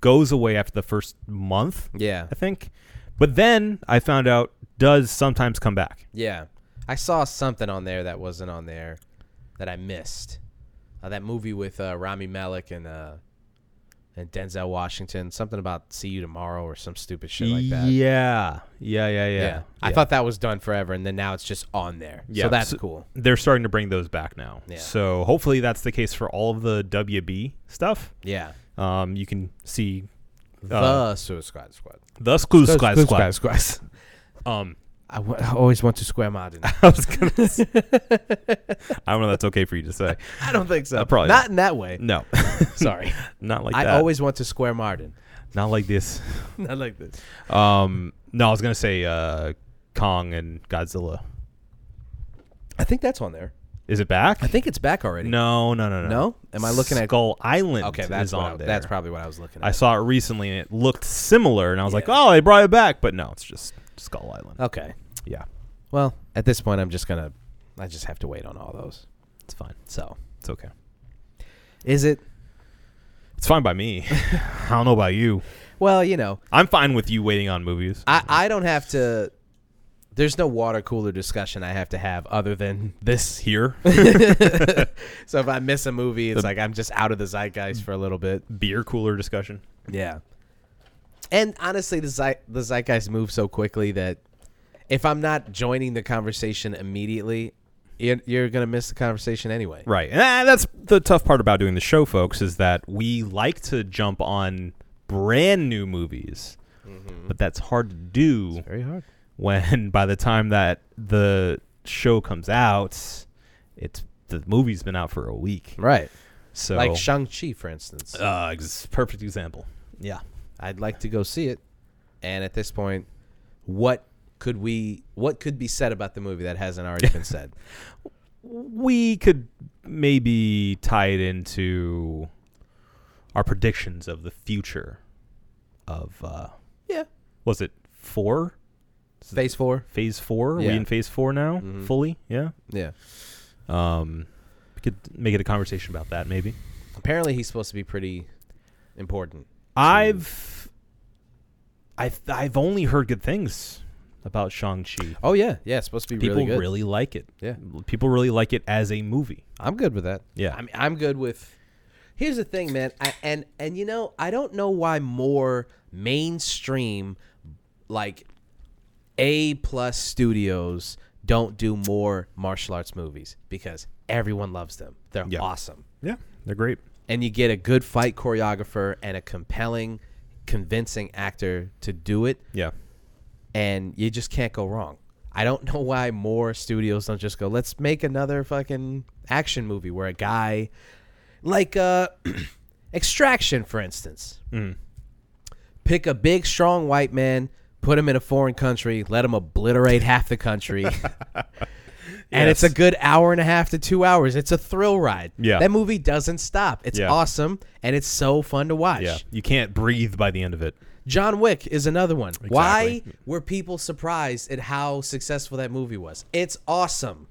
B: goes away after the first month,
A: yeah.
B: I think. But then I found out does sometimes come back.
A: Yeah. I saw something on there that wasn't on there that I missed. Uh, that movie with uh, Rami Malek and uh, and Denzel Washington, something about see you tomorrow or some stupid shit like that.
B: Yeah. Yeah. Yeah. Yeah.
A: I thought that was done forever and then now it's just on there.
B: Yeah,
A: So that's
B: so-
A: cool.
B: they're starting to bring those back now.
A: Yeah.
B: So hopefully that's the case for all of the WB stuff.
A: Yeah.
B: Um, you can see
A: the Suicide Squad.
B: the Screw
A: Uh, The
B: Squad
A: Screw
B: Squad.
A: Squad.
B: Um,
A: I, w- I always want to square Martin.
B: I was gonna. s- I don't know. if That's okay for you to say.
A: I don't think so.
B: Uh, probably
A: not in that way.
B: No,
A: Sorry.
B: not like
A: I
B: that.
A: always want to square Martin.
B: not like this.
A: Not like this.
B: Um, no, I was gonna say uh, Kong and Godzilla.
A: I think that's on there.
B: Is it back?
A: I think it's back already.
B: No, no, no, no.
A: No? Am I looking at-
B: Skull Island?
A: Okay, that's
B: is
A: what
B: on
A: I-
B: there.
A: that's probably what I was looking at.
B: I saw it recently and it looked similar, and I was like,
A: Yeah. Oh.
B: oh, they brought it back, but no, it's just Skull Island.
A: Okay.
B: Yeah,
A: Well, at this point, I'm just gonna, I just have to wait on all those.
B: it's fine.
A: So,
B: It's okay.
A: is it?
B: It's fine by me. I don't know about you.
A: Well, you know,
B: I'm fine with you waiting on movies.
A: I I don't have to. There's no water cooler discussion I have to have other than this here.
B: Here,
A: So if I miss a movie, it's like I'm just out of the zeitgeist for a little bit.
B: beer cooler discussion.
A: Yeah. And honestly, the zeit- the zeitgeist moves so quickly that if I'm not joining the conversation immediately, you're, you're gonna miss the conversation anyway.
B: Right. And that- that's the tough part about doing the show, folks, is that we like to jump on brand new movies,
A: Mm-hmm.
B: but that's hard to do
A: Very hard.
B: when by the time that the show comes out, it's the movie's been out for a week.
A: Right.
B: So,
A: Like Shang Chi, for instance.
B: uh, ex- perfect example. Yeah.
A: I'd like to go see it. And at this point, what could we what could be said about the movie that hasn't already been said?
B: We could maybe tie it into our predictions of the future of, uh,
A: Yeah.
B: was it four?
A: Phase four.
B: phase four.
A: Yeah.
B: We in phase four now, fully. Yeah.
A: Yeah.
B: Um, we could make it a conversation about that maybe.
A: Apparently he's supposed to be pretty important.
B: I've, I've, I've only heard good things about Shang Chi.
A: Oh yeah, yeah, it's supposed to be
B: People
A: really good.
B: like it.
A: Yeah.
B: People really like it as a movie.
A: I'm good with that.
B: Yeah.
A: I mean, I'm good with. Here's the thing, man. I, and and you know, I don't know why more mainstream, like A plus studios, don't do more martial arts movies because everyone loves them. They're
B: Yeah.
A: awesome,
B: Yeah. They're great.
A: and you get a good fight choreographer and a compelling, convincing actor to do it,
B: Yeah.
A: and you just can't go wrong. I don't know why more studios don't just go, let's make another fucking action movie where a guy like uh Extraction for instance.
B: Mm.
A: Pick a big strong white man, put him in a foreign country, let him obliterate half the country. And it's a
B: Yes.
A: good hour and a half to two hours. It's a thrill ride.
B: Yeah.
A: That movie doesn't stop. It's
B: Yeah.
A: awesome and it's so fun to watch.
B: Yeah. You can't breathe by the end of it.
A: John Wick is another one. Why were people surprised at how successful that movie was? It's awesome.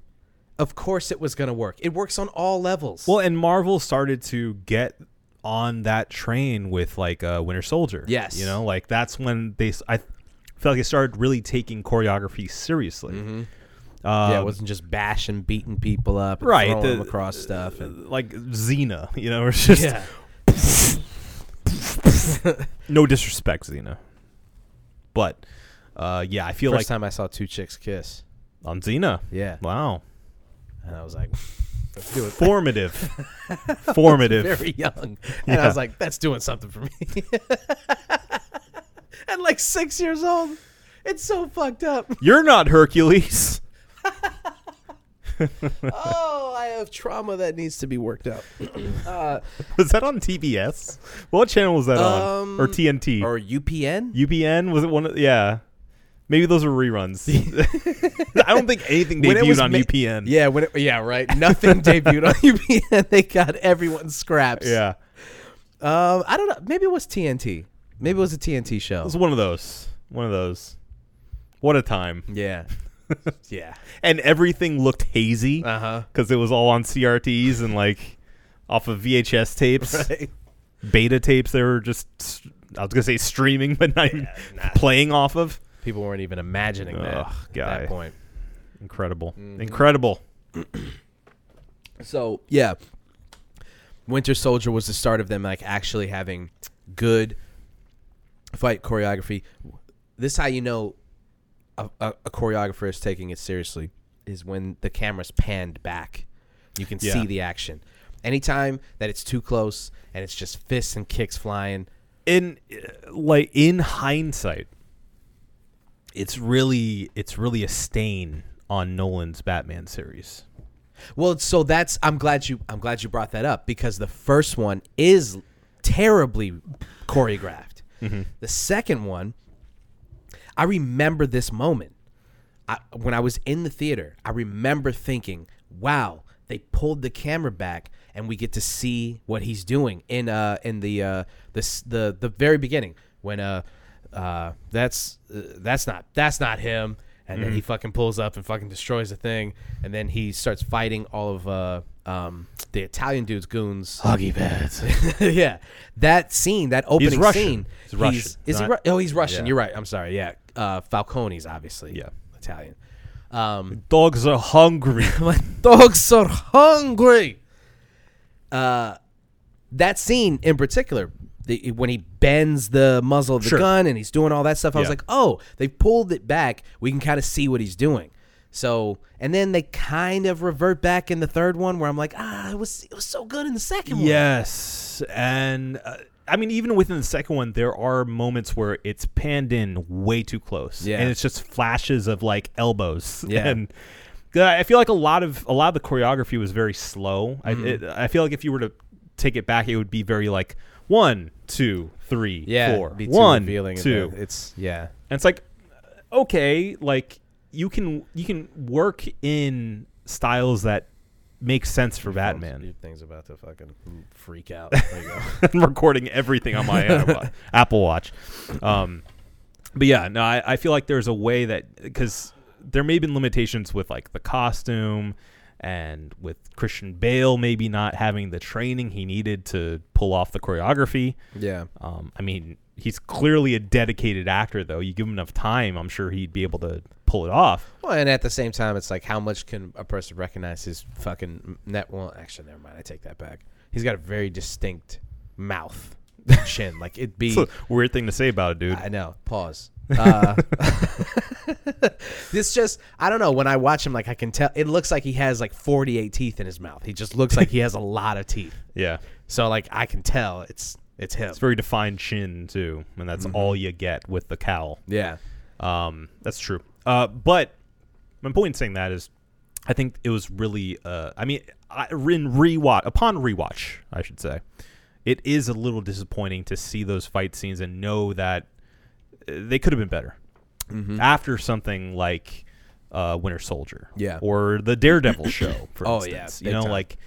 A: Of course it was going to work. It works on all levels.
B: Well, and Marvel started to get on that train with like uh, Winter Soldier.
A: Yes.
B: you know, like that's when they s- I felt like they started really taking choreography seriously. Um,
A: yeah, it wasn't just bashing, beating people up, and
B: Right,
A: throwing
B: the-
A: them across stuff. And,
B: like Xena, you know, it's just
A: yeah.
B: no disrespect, Xena, but Uh, yeah, I feel
A: First
B: like
A: time I saw two chicks kiss.
B: on Xena.
A: Yeah,
B: Wow,
A: and I was like, "That's doing
B: formative, formative.
A: very young," and
B: Yeah.
A: I was like, "That's doing something for me." At like six years old, it's so fucked up.
B: You're not Hercules.
A: oh, I have trauma that needs to be worked out. uh,
B: Was that on TBS? What channel was that on? Or
A: Um,
B: TNT?
A: or UPN?
B: UPN? Was it one? Of, yeah. Maybe those are reruns. I don't think anything
A: When it was
B: debuted on
A: ma-
B: UPN.
A: Yeah, when it, yeah, right. Nothing debuted on UPN. They got everyone scraps.
B: Yeah.
A: Um, I don't know. Maybe it was TNT. Maybe it was a TNT show.
B: It was one of those. One of those. What a time.
A: yeah. yeah.
B: And everything looked hazy
A: Uh huh.
B: because it was all on CRTs and like off of VHS tapes,
A: Right.
B: beta tapes they were just, s- I was going to say streaming, but not even
A: nah.
B: playing off of.
A: People weren't even imagining that
B: Ugh,
A: at
B: guy.
A: that point.
B: Incredible.
A: Mm-hmm.
B: Incredible.
A: So yeah, Winter Soldier was the start of them like actually having good fight choreography. This is how you know a, a, a choreographer is taking it seriously is when the camera's panned back. You can
B: Yeah.
A: see the action. Anytime that it's too close and it's just fists and kicks flying,
B: in uh, like in hindsight it's really it's really a stain on Nolan's Batman series.
A: Well, so that's I'm glad you I'm glad you brought that up because the first one is terribly choreographed. The second one, I remember this moment I, when I was in the theater. I remember thinking, "Wow, they pulled the camera back." And we get to see what he's doing in uh in the uh the s- the the very beginning when uh uh that's uh, that's not that's not him and then he fucking pulls up and fucking destroys the thing and then he starts fighting all of uh um the Italian dude's goons
B: Huggy pads.
A: yeah, that scene, that opening
B: Russian.
A: scene.
B: He's Russian,
A: is
B: not-
A: he? Ru- oh, he's Russian.
B: Yeah.
A: You're right. I'm sorry. Yeah, uh, Falcone's obviously.
B: Yeah.
A: Italian. Um,
B: Dogs are hungry.
A: my dogs are hungry. Uh, that scene in particular, the, when he bends the muzzle of the
B: Sure.
A: gun and he's doing all that stuff, I was
B: Yeah.
A: like, oh, they pulled it back. We can kind of see what he's doing. So, and then they kind of revert back in the third one, where I'm like, ah, it was it was so good in the second one.
B: yes. And uh, I mean even within the second one there are moments where it's panned in way too close
A: Yeah.
B: and it's just flashes of like elbows
A: Yeah.
B: and uh, I feel like a lot of a lot of the choreography was very slow.
A: Mm-hmm.
B: I it, I feel like if you were to take it back, it would be very like one, two, three,
A: yeah,
B: four,
A: be too
B: one,
A: revealing and
B: two.
A: then It's yeah,
B: And it's like, okay, like you can you can work in styles that make sense for Batman.
A: thing's about to fucking freak out. There you go.
B: I'm recording everything on my Apple- Apple Watch. Um, but yeah, no, I, I feel like there's a way that because there may have been limitations with like the costume and with Christian Bale maybe not having the training he needed to pull off the choreography.
A: yeah,
B: Um, I mean, he's clearly a dedicated actor, though. You give him enough time, I'm sure he'd be able to pull it off.
A: well, and at the same time, it's like how much can a person recognize his fucking net? Well, actually, never mind. I take that back. He's got a very distinct mouth, chin. Like it'd be.
B: It's a weird thing to say about it, dude.
A: I know. Pause. Uh, this just I don't know. When I watch him, like I can tell, it looks like he has like forty-eight teeth in his mouth. He just looks like he has a lot of teeth.
B: yeah,
A: So like I can tell it's it's him.
B: it's very defined chin too, and that's all you get with the cowl.
A: yeah.
B: Um, that's true. Uh, but my point in saying that is, I think it was really. Uh, I mean, I, in rewatch upon rewatch, I should say, it is a little disappointing to see those fight scenes and know that uh, they could have been better
A: Mm-hmm.
B: after something like uh, Winter Soldier,
A: Yeah.
B: or the Daredevil show, for
A: Oh, yeah,
B: instance.
A: big
B: you know,
A: time.
B: like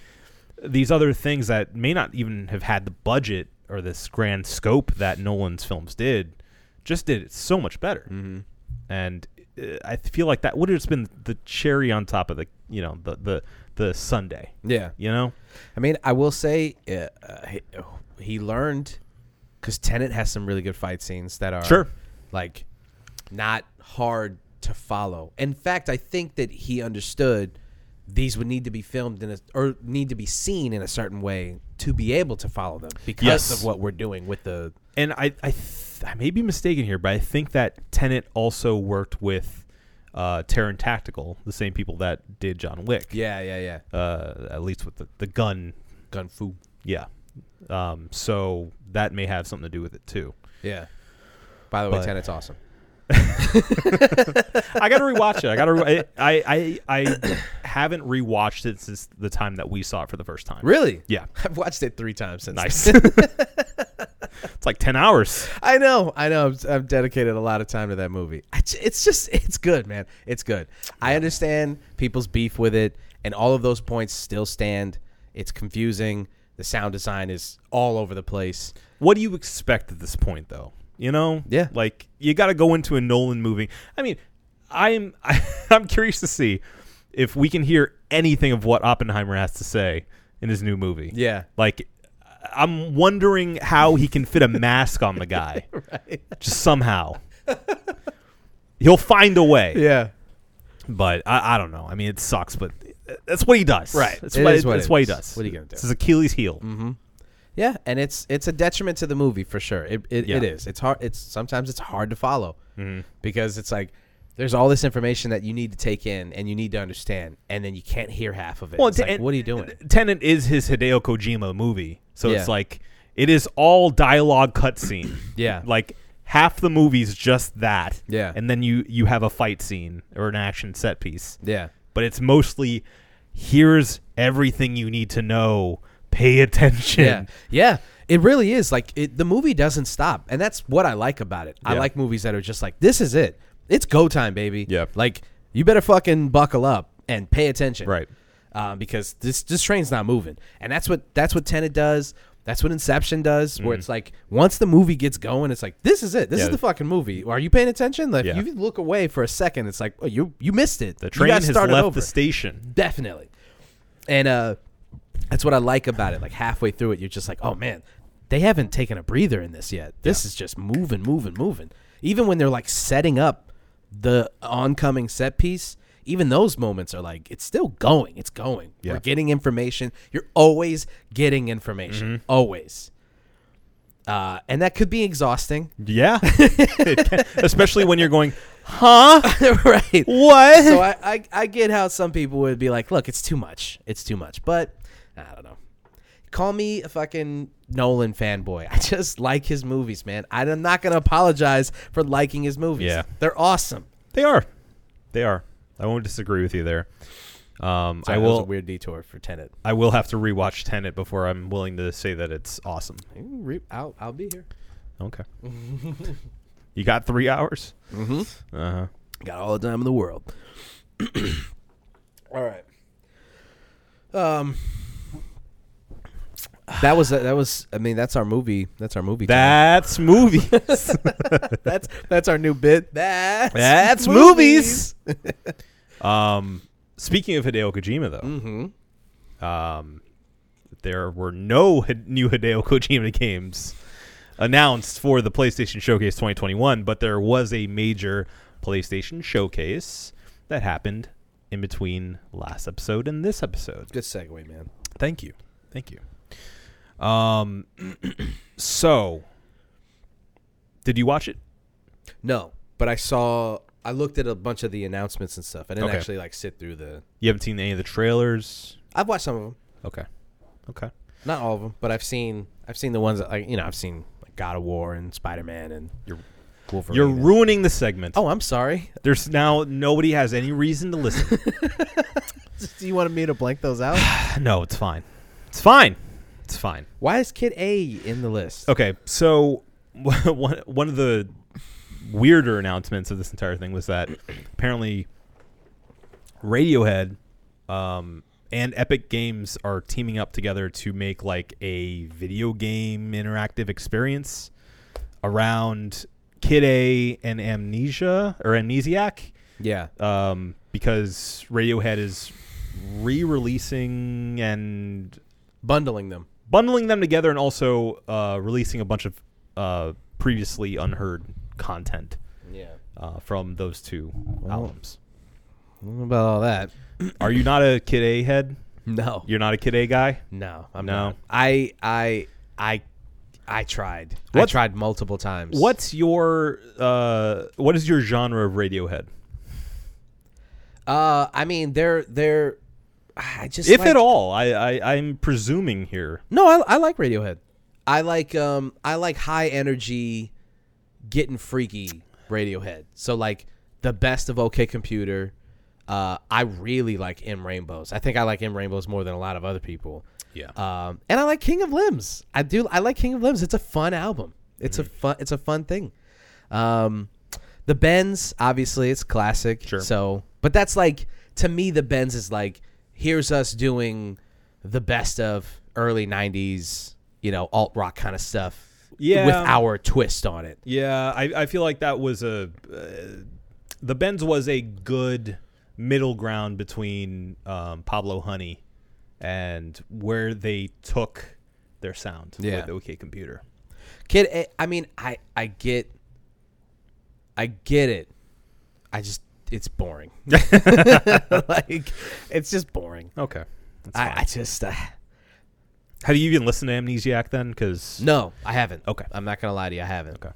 B: these other things that may not even have had the budget or this grand scope that Nolan's films did, just did it so much better. Mm-hmm. And uh, I feel like that would have just been the cherry on top of the, you know, the the the Sunday.
A: Yeah.
B: You know,
A: I mean, I will say uh, uh, he, oh, he learned because Tenet has some really good fight scenes that are
B: Sure.
A: like not hard to follow. In fact, I think that he understood these would need to be filmed in a or need to be seen in a certain way to be able to follow them because
B: Yes.
A: of what we're doing with the
B: and I I. Th- I may be mistaken here, but I think that Tenet also worked with uh, Terran Tactical, the same people that did John Wick.
A: Yeah, yeah, yeah.
B: Uh, at least with the, the gun.
A: Gun fu.
B: Yeah. Um, so that may have something to do with it too.
A: Yeah. By the way,
B: But-
A: Tenet's awesome.
B: I gotta rewatch it. I gotta. Re- I, I I I haven't rewatched it since the time that we saw it for the first time.
A: Really?
B: Yeah.
A: I've watched it three times since.
B: Nice. it's like ten hours.
A: I know, I know. I've, I've dedicated a lot of time to that movie. I j- It's just, it's good, man. It's good. I understand people's beef with it, and all of those points still stand. It's confusing. The sound design is all over the place.
B: What do you expect at this point, though? You know,
A: Yeah.
B: Like you got to go into a Nolan movie. I mean, I am. I, I'm curious to see if we can hear anything of what Oppenheimer has to say in his new movie.
A: Yeah.
B: Like, I'm wondering how he can fit a mask on the guy.
A: Right.
B: Just somehow. He'll find a way.
A: Yeah.
B: But I, I don't know. I mean, it sucks, but that's what he does.
A: Right.
B: That's
A: It
B: what,
A: is what
B: that's
A: it
B: what he
A: is.
B: does.
A: What are you gonna do? Mm-hmm.
B: It's his Achilles heel.
A: Yeah, and it's it's a detriment to the movie for sure. It it, it
B: Yeah.
A: is. It's hard. It's sometimes it's hard to follow because it's like there's all this information that you need to take in and you need to understand, and then you can't hear half of it. it's
B: t-
A: like,
B: and-
A: what are you doing?
B: Tenet is his Hideo Kojima movie, so
A: Yeah.
B: it's like it is all dialogue cutscene.
A: Yeah.
B: like half the movie's just that.
A: Yeah.
B: and then you you have a fight scene or an action set piece,
A: Yeah,
B: but it's mostly here's everything you need to know. Pay attention.
A: yeah, yeah. It really is like it, the movie doesn't stop, and that's what I like about it. I
B: Yeah.
A: like movies that are just like this is it. It's go time, baby.
B: Yep.
A: Like you better fucking buckle up and pay attention.
B: Right.
A: um, because this this train's not moving, and that's what that's what Tenet does. That's what Inception does, where it's like once the movie gets going, it's like this is it. This is
B: Mm-hmm. Yeah.
A: the fucking movie. Are you paying attention? Like
B: Yeah.
A: if you look away for a second, it's like oh, you you missed it.
B: The train
A: you gotta
B: has
A: start it
B: left
A: over.
B: the station.
A: Definitely, and uh, that's what I like about it. Like halfway through it, you're just like, oh man, they haven't taken a breather in this yet. This is just moving, moving, moving. Even when they're like setting up the oncoming set piece, even those moments are like, it's still going. It's going.
B: Yeah.
A: We're getting information. You're always getting information. Always. Uh, and that could be exhausting,
B: Yeah, It can- especially when you're going.
A: right?
B: What?
A: so I, I I get how some people would be like, look, it's too much. It's too much. But I don't know. Call me a fucking Nolan fanboy. I just like his movies, man. I'm not gonna apologize for liking his movies.
B: Yeah.
A: They're awesome.
B: they are, they are. I won't disagree with you there. Um,
A: Sorry,
B: I
A: that was
B: will.
A: a weird detour for Tenet.
B: I will have to rewatch Tenet before I'm willing to say that it's awesome.
A: I'll, I'll be here.
B: Okay. you got three hours?
A: Mm-hmm.
B: Uh huh.
A: Got all the time in the world. all right. Um That was that was I mean, that's our movie. That's our movie. time.
B: That's movies.
A: that's that's our new bit. That's,
B: That's movies. um, speaking of Hideo Kojima, though,
A: Mm-hmm.
B: um, there were no Hid- new Hideo Kojima games announced for the PlayStation Showcase 2021, but there was a major PlayStation Showcase that happened in between last episode and this episode.
A: Good segue, man.
B: Thank you. Thank you. Um so did you watch it?
A: No, but I saw I looked at a bunch of the announcements and stuff. I didn't
B: Okay.
A: actually like sit through the.
B: You haven't seen any of the trailers?
A: I've watched some of them,
B: Okay. Okay.
A: not all of them, but I've seen I've seen the ones that like you know I've seen like God of War and Spider Man and
B: You're
A: Wolverine.
B: you're
A: and-
B: ruining the segment.
A: oh, I'm sorry.
B: There's now nobody has any reason to listen.
A: Do you want me to blank those out?
B: no, it's fine. It's fine. It's fine.
A: Why is Kid A in the list?
B: Okay, so one one of the weirder announcements of this entire thing was that apparently Radiohead um, and Epic Games are teaming up together to make like a video game interactive experience around Kid A and Amnesia or Amnesiac
A: Yeah.
B: um, because Radiohead is re-releasing and
A: Bundling them.
B: bundling them together and also uh, releasing a bunch of uh, previously unheard content
A: Yeah.
B: uh, from those two albums.
A: I don't know about all that.
B: Are you not a Kid A head?
A: No.
B: You're not a Kid A guy.
A: No, I'm
B: No.
A: not. I I I I tried. I
B: What's-
A: tried multiple times.
B: What's your uh, what is your genre of Radiohead?
A: Uh, I mean, they're they're. I just
B: If
A: like-
B: at all, I, I I'm presuming here.
A: No, I, I like Radiohead. I like um I like high energy, getting freaky Radiohead. So like the best of OK Computer. Uh, I really like M Rainbows. I think I like M Rainbows more than a lot of other people.
B: Yeah.
A: Um, and I like King of Limbs. I do. I like King of Limbs. It's a fun album. It's
B: Mm-hmm.
A: a fun. It's a fun thing. Um, the Bends, obviously, it's classic.
B: Sure.
A: So, but that's like to me, the Bends is like here's us doing the best of early '90s, you know, alt rock kind of stuff. With
B: Yeah.
A: our twist on it.
B: Yeah, I, I feel like that was a uh, the Benz was a good middle ground between um, Pablo Honey and where they took their sound
A: Yeah.
B: with OK Computer.
A: Kid, eh, I mean, I I get, I get it. I just it's boring. like it's just boring.
B: Okay.
A: I, I just uh,
B: Have you even listened to Amnesiac then? Because
A: no, I haven't.
B: Okay.
A: I'm not gonna lie to you, I haven't.
B: Okay.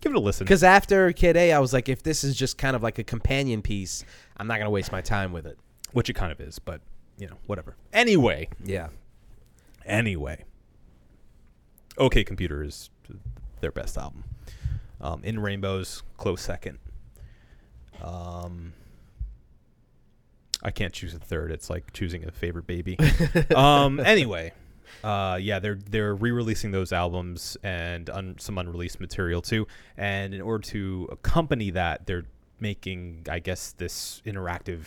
B: give it a listen.
A: Because after Kid A, I was like, if this is just kind of like a companion piece, I'm not gonna waste my time with it.
B: which it kind of is, but you know, whatever. Anyway,
A: Yeah.
B: anyway, OK Computer is their best album. Um, In Rainbows, close second. Um, I can't choose a third. It's like choosing a favorite baby. um, anyway, uh, yeah, they're they're re-releasing those albums and un- some unreleased material too. And in order to accompany that, they're making, I guess, this interactive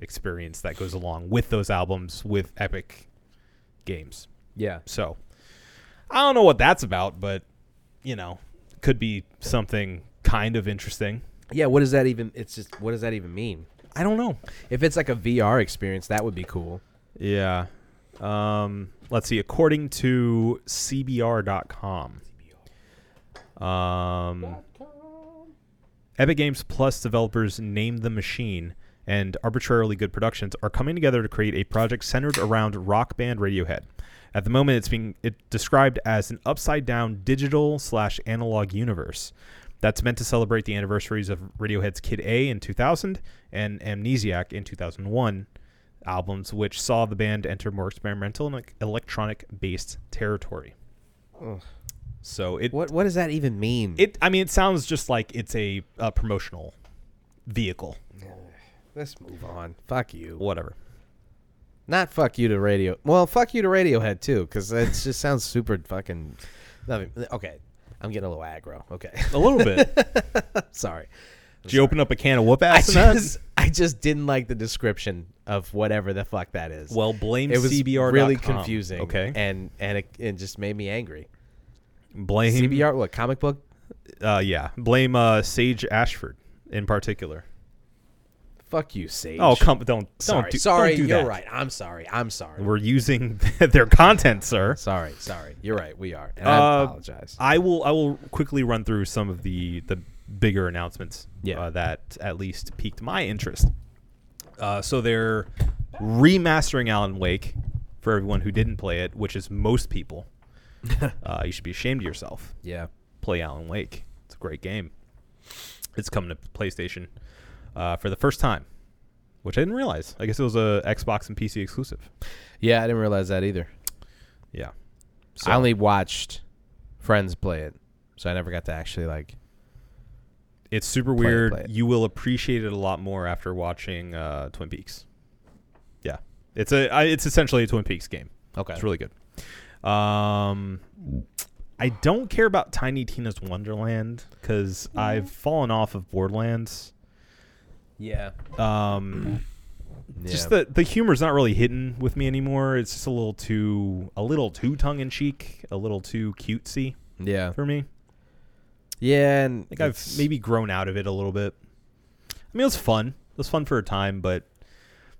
B: experience that goes along with those albums with epic games.
A: Yeah.
B: So I don't know what that's about, but you know, could be something kind of interesting.
A: Yeah. What does that even? It's just what does that even mean?
B: I don't know.
A: If it's like a VR experience, that would be cool.
B: Yeah. Um, let's see. According to CBR.com, um, Epic Games Plus developers named the machine and arbitrarily good productions are coming together to create a project centered around rock band Radiohead. At the moment, it's being it described as an upside down digital slash analog universe that's meant to celebrate the anniversaries of Radiohead's Kid A in 2000 and Amnesiac in 2001 albums, which saw the band enter more experimental and electronic based territory. So it
A: What What does that even mean?
B: it I mean it sounds just like it's a, uh promotional vehicle,
A: Let's move on. Fuck you.
B: whatever.
A: Not fuck you to radio. Well, fuck you to Radiohead too, because it just sounds super fucking. nothing- Okay, I'm getting a little aggro. Okay,
B: A little bit.
A: sorry.
B: Did you open up a can of whoop
A: I
B: ass? in that?
A: just I just didn't like the description of whatever the fuck that is.
B: well, blame
A: it was
B: CBR.
A: really confusing.
B: Okay,
A: and and it, it just made me angry.
B: blame
A: CBR, what comic book?
B: Uh, yeah, blame uh, Sage Ashford in particular.
A: Fuck you, Sage.
B: Oh, come don't
A: sorry,
B: don't do,
A: sorry.
B: don't do
A: you're
B: that.
A: right. I'm sorry. I'm sorry.
B: We're using their content, sir.
A: sorry, sorry. You're right. We are. And I
B: Uh,
A: apologize.
B: I will I will quickly run through some of the the bigger announcements
A: Yeah.
B: uh, that at least piqued my interest. Uh, so they're remastering Alan Wake for everyone who didn't play it, which is most people. uh, you should be ashamed of yourself.
A: yeah.
B: Play Alan Wake. It's a great game. It's coming to PlayStation uh, for the first time, which I didn't realize. I guess it was a Xbox and PC exclusive.
A: Yeah, I didn't realize that either.
B: Yeah.
A: I only watched friends play it, so I never got to actually like.
B: It's super
A: Play it,
B: weird.
A: play it.
B: You will appreciate it a lot more after watching uh, Twin Peaks. Yeah, it's a I, it's essentially a Twin Peaks game.
A: Okay.
B: It's really good. Um, I don't care about Tiny Tina's Wonderland because I've fallen off of Borderlands.
A: yeah.
B: Um, just the the humor's not really hitting with me anymore. It's just a little too a little too tongue in cheek, a little too cutesy
A: Yeah.
B: for me.
A: Yeah, and
B: I think I've
A: it's-
B: maybe grown out of it a little bit. I mean, it was fun. It was fun for a time, but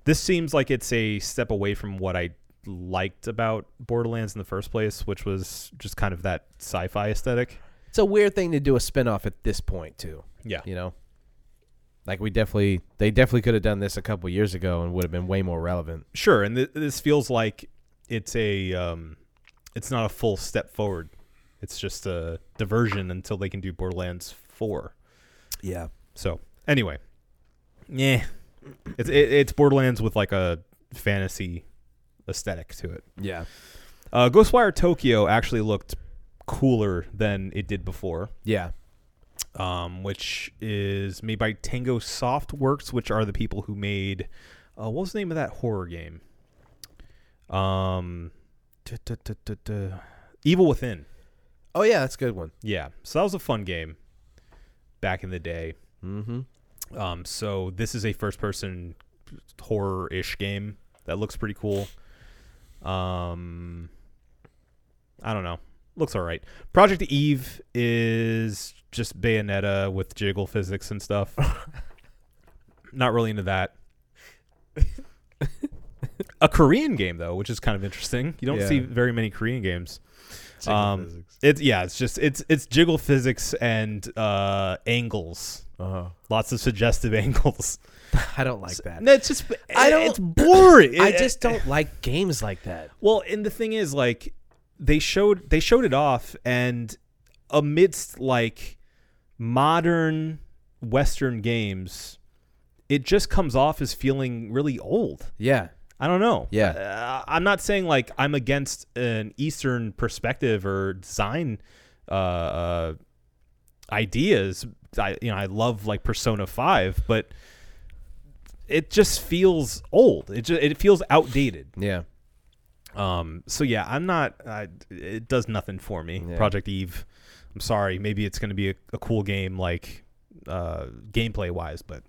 B: this seems like it's a step away from what I liked about Borderlands in the first place, which was just kind of that sci-fi aesthetic.
A: it's a weird thing to do a spinoff at this point too.
B: Yeah.
A: You know, like we definitely they definitely could have done this a couple years ago and would have been way more relevant.
B: Sure, and th- this feels like it's a um, it's not a full step forward It's just a diversion until they can do Borderlands Four.
A: Yeah.
B: So anyway, yeah, it's it, it's Borderlands with like a fantasy aesthetic to it.
A: Yeah.
B: Uh, Ghostwire Tokyo actually looked cooler than it did before,
A: Yeah.
B: um, which is made by Tango Softworks, which are the people who made uh, what was the name of that horror game? Um, duh, duh, duh, duh, duh. Evil Within.
A: Oh yeah, that's a good one.
B: Yeah, so that was a fun game back in the day.
A: Mm-hmm.
B: Um, so this is a first-person horror-ish game that looks pretty cool. Um, I don't know. Looks all right. Project Eve is just Bayonetta with jiggle physics and stuff. Not really into that. a Korean game though, which is kind of interesting. You don't
A: Yeah.
B: see very many Korean games. Um, It's yeah, it's just it's it's jiggle physics and uh angles.
A: Uh-huh.
B: Lots of suggestive angles.
A: I don't like that.
B: No, it's just
A: I
B: I
A: don't-
B: don't. It's boring.
A: I
B: It-
A: just don't like games like that.
B: Well, and the thing is, like, they showed they showed it off, and amidst like modern Western games, it just comes off as feeling really old.
A: Yeah.
B: I don't know.
A: Yeah.
B: uh, I'm not saying like I'm against an Eastern perspective or design uh, uh, ideas. I you know I love like Persona Five, but it just feels old. It just, it feels outdated.
A: Yeah.
B: Um, so yeah, I'm not. I, it does nothing for me.
A: Yeah.
B: Project Eve. I'm sorry. Maybe it's going to be a, a cool game, like uh, gameplay wise, but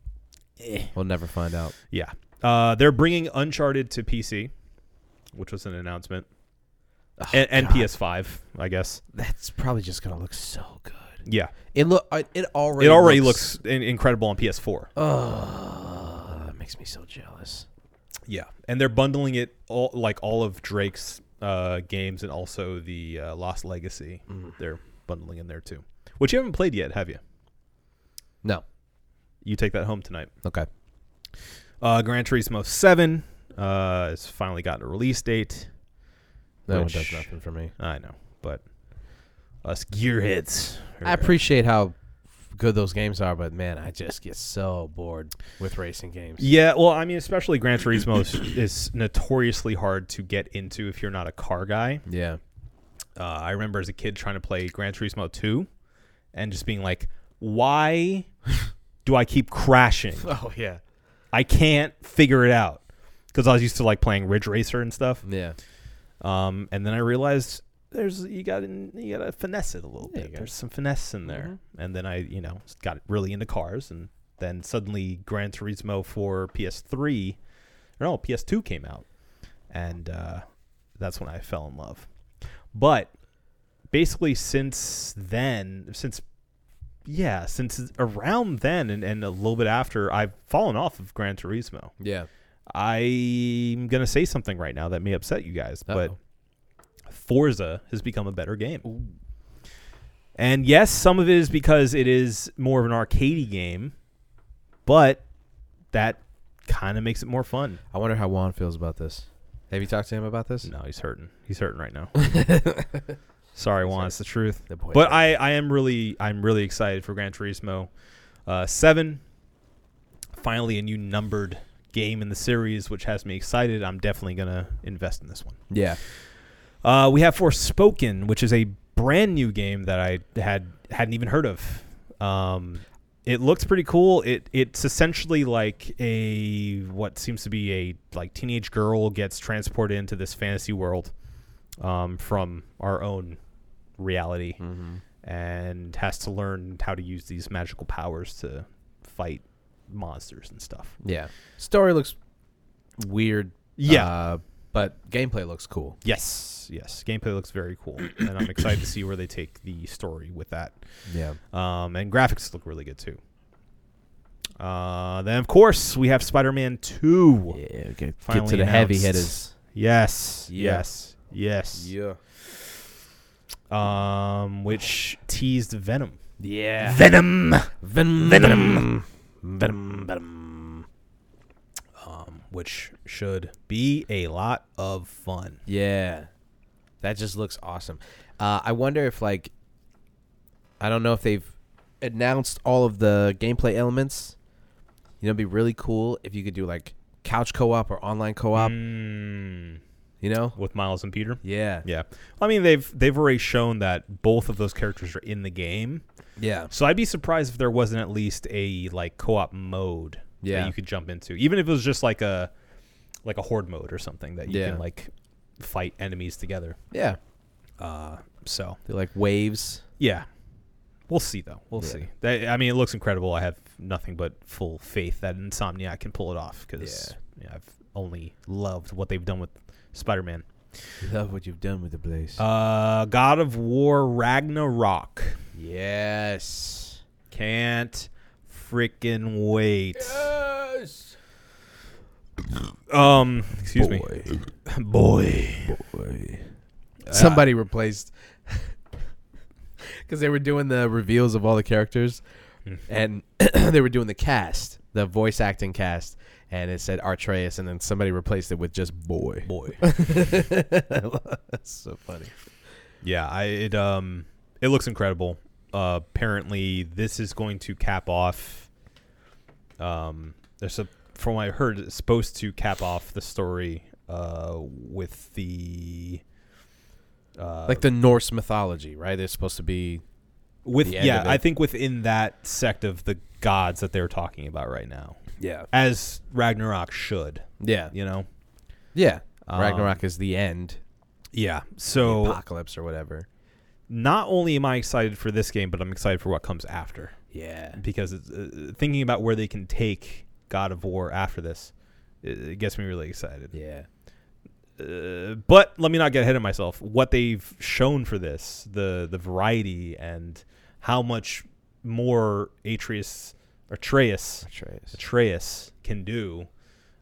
A: We'll never find out.
B: yeah. Uh, they're bringing Uncharted to PC, which was an announcement,
A: Oh,
B: and, and
A: God.
B: PS5, I guess.
A: That's probably just gonna look so good.
B: Yeah,
A: It look. uh, It already.
B: it already looks, in- incredible on PS4.
A: Oh, that makes me so jealous.
B: Yeah, and they're bundling it all like all of Drake's uh, games and also the uh, Lost Legacy. They're bundling in there too, which you haven't played yet, have you?
A: No.
B: You take that home tonight.
A: Okay.
B: Uh, Gran Turismo 7 uh, has finally gotten a release date.
A: That
B: Which-
A: one does nothing for me.
B: I know, but us gearheads. are-
A: I appreciate how good those games are, but man, I just get so bored with racing games.
B: Yeah, well, I mean, especially Gran Turismo is, is notoriously hard to get into if you're not a car guy.
A: Yeah.
B: Uh, I remember as a kid trying to play Gran Turismo 2 and just being like, why do I keep crashing?
A: Oh yeah.
B: I can't figure it out. Because I was used to like playing Ridge Racer and stuff.
A: Yeah.
B: Um, and then I realized there's you got to you got to finesse it a little
A: Yeah, you Mm-hmm.
B: bit.
A: gotta-
B: There's some finesse in there. And then I, you know, got really into cars, and then suddenly Gran Turismo for PS3, or no, PS2 came out, and uh, that's when I fell in love. But basically, since then, since yeah, since around then and, and a little bit after, I've fallen off of Gran Turismo.
A: Yeah.
B: I'm gonna say something right now that may upset you guys,
A: Uh-oh.
B: but Forza has become a better game. And yes, some of it is because it is more of an arcadey game, but that kind of makes it more fun.
A: I wonder how Juan feels about this. Have you talked to him about this?
B: No, he's hurting. He's hurting right now. Sorry, Juan, it's the truth.
A: The boy-
B: But I, I am really, I'm really excited for Gran Turismo uh, Seven. Finally, a new numbered game in the series, which has me excited. I'm definitely gonna invest in this one.
A: yeah.
B: Uh, we have Forspoken, which is a brand new game that I had hadn't even heard of. Um, it looks pretty cool. It it's essentially like a what seems to be a like teenage girl gets transported into this fantasy world um, from our own reality
A: Hmm.
B: and has to learn how to use these magical powers to fight monsters and stuff.
A: Yeah. Story looks weird.
B: Yeah.
A: Uh, but gameplay looks cool.
B: Yes, yes. Gameplay looks very cool, and I'm excited to see where they take the story with that.
A: Yeah.
B: Um, and graphics look really good too. Uh, then of course we have Spider-Man Two.
A: Yeah. Get,
B: Finally
A: to the heavy
B: announced.
A: hitters.
B: Yes,
A: Yeah.
B: yes, yes.
A: Yeah.
B: Um, which teased Venom.
A: Yeah.
B: Venom.
A: Venom. Venom. Venom. Venom.
B: Um, which should be a lot of fun.
A: Yeah. That just looks awesome. Uh, I wonder if like I don't know if they've announced all of the gameplay elements. You know, it'd be really cool if you could do like couch co-op or online co-op.
B: Mm,
A: You know?
B: with Miles and Peter.
A: Mm-hmm. Yeah.
B: Yeah, I mean they've they've already shown that both of those characters are in the game,
A: Yeah.
B: so I'd be surprised if there wasn't at least a like co-op mode
A: Yeah.
B: that you could jump into, even if it was just like a like a horde mode or something that you
A: Yeah.
B: can like fight enemies together.
A: Yeah.
B: Uh, so
A: They're like waves.
B: yeah, we'll see though. We'll
A: Yeah.
B: see. That, I mean, it looks incredible. I have nothing but full faith that Insomniac can pull it off because I've only loved what they've done with Spider-Man.
A: Love what you've done with the place.
B: Uh, God of War Ragnarok.
A: yes.
B: Can't freaking wait.
A: Yes.
B: Um, excuse
A: Boy.
B: me, boy.
A: Boy. Somebody replaced because they were doing the reveals of all the characters, and they were doing the cast, the voice acting cast, and it said Artreus, and then somebody replaced it with just boy.
B: Boy.
A: That's so funny.
B: Yeah, I it um it looks incredible. Uh, apparently, this is going to cap off. Um, there's a from what I heard, it's supposed to cap off the story. Uh, with the. Uh,
A: Like the Norse mythology, right? They're supposed to be
B: with
A: the end
B: yeah,
A: of
B: I
A: it.
B: think within that sect of the gods that they're talking about right now,
A: yeah,
B: as Ragnarok should,
A: yeah,
B: you know.
A: yeah.
B: Um,
A: Ragnarok is the end,
B: Yeah.
A: the
B: So
A: apocalypse or whatever.
B: not only am I excited for this game, but I'm excited for what comes after
A: Yeah,
B: because it's, uh, thinking about where they can take God of War after this, it, it gets me really excited.
A: yeah,
B: Uh, but let me not get ahead of myself. What they've shown for this, the the variety and how much more Atreus, Atreus,
A: Atreus.
B: Atreus can do,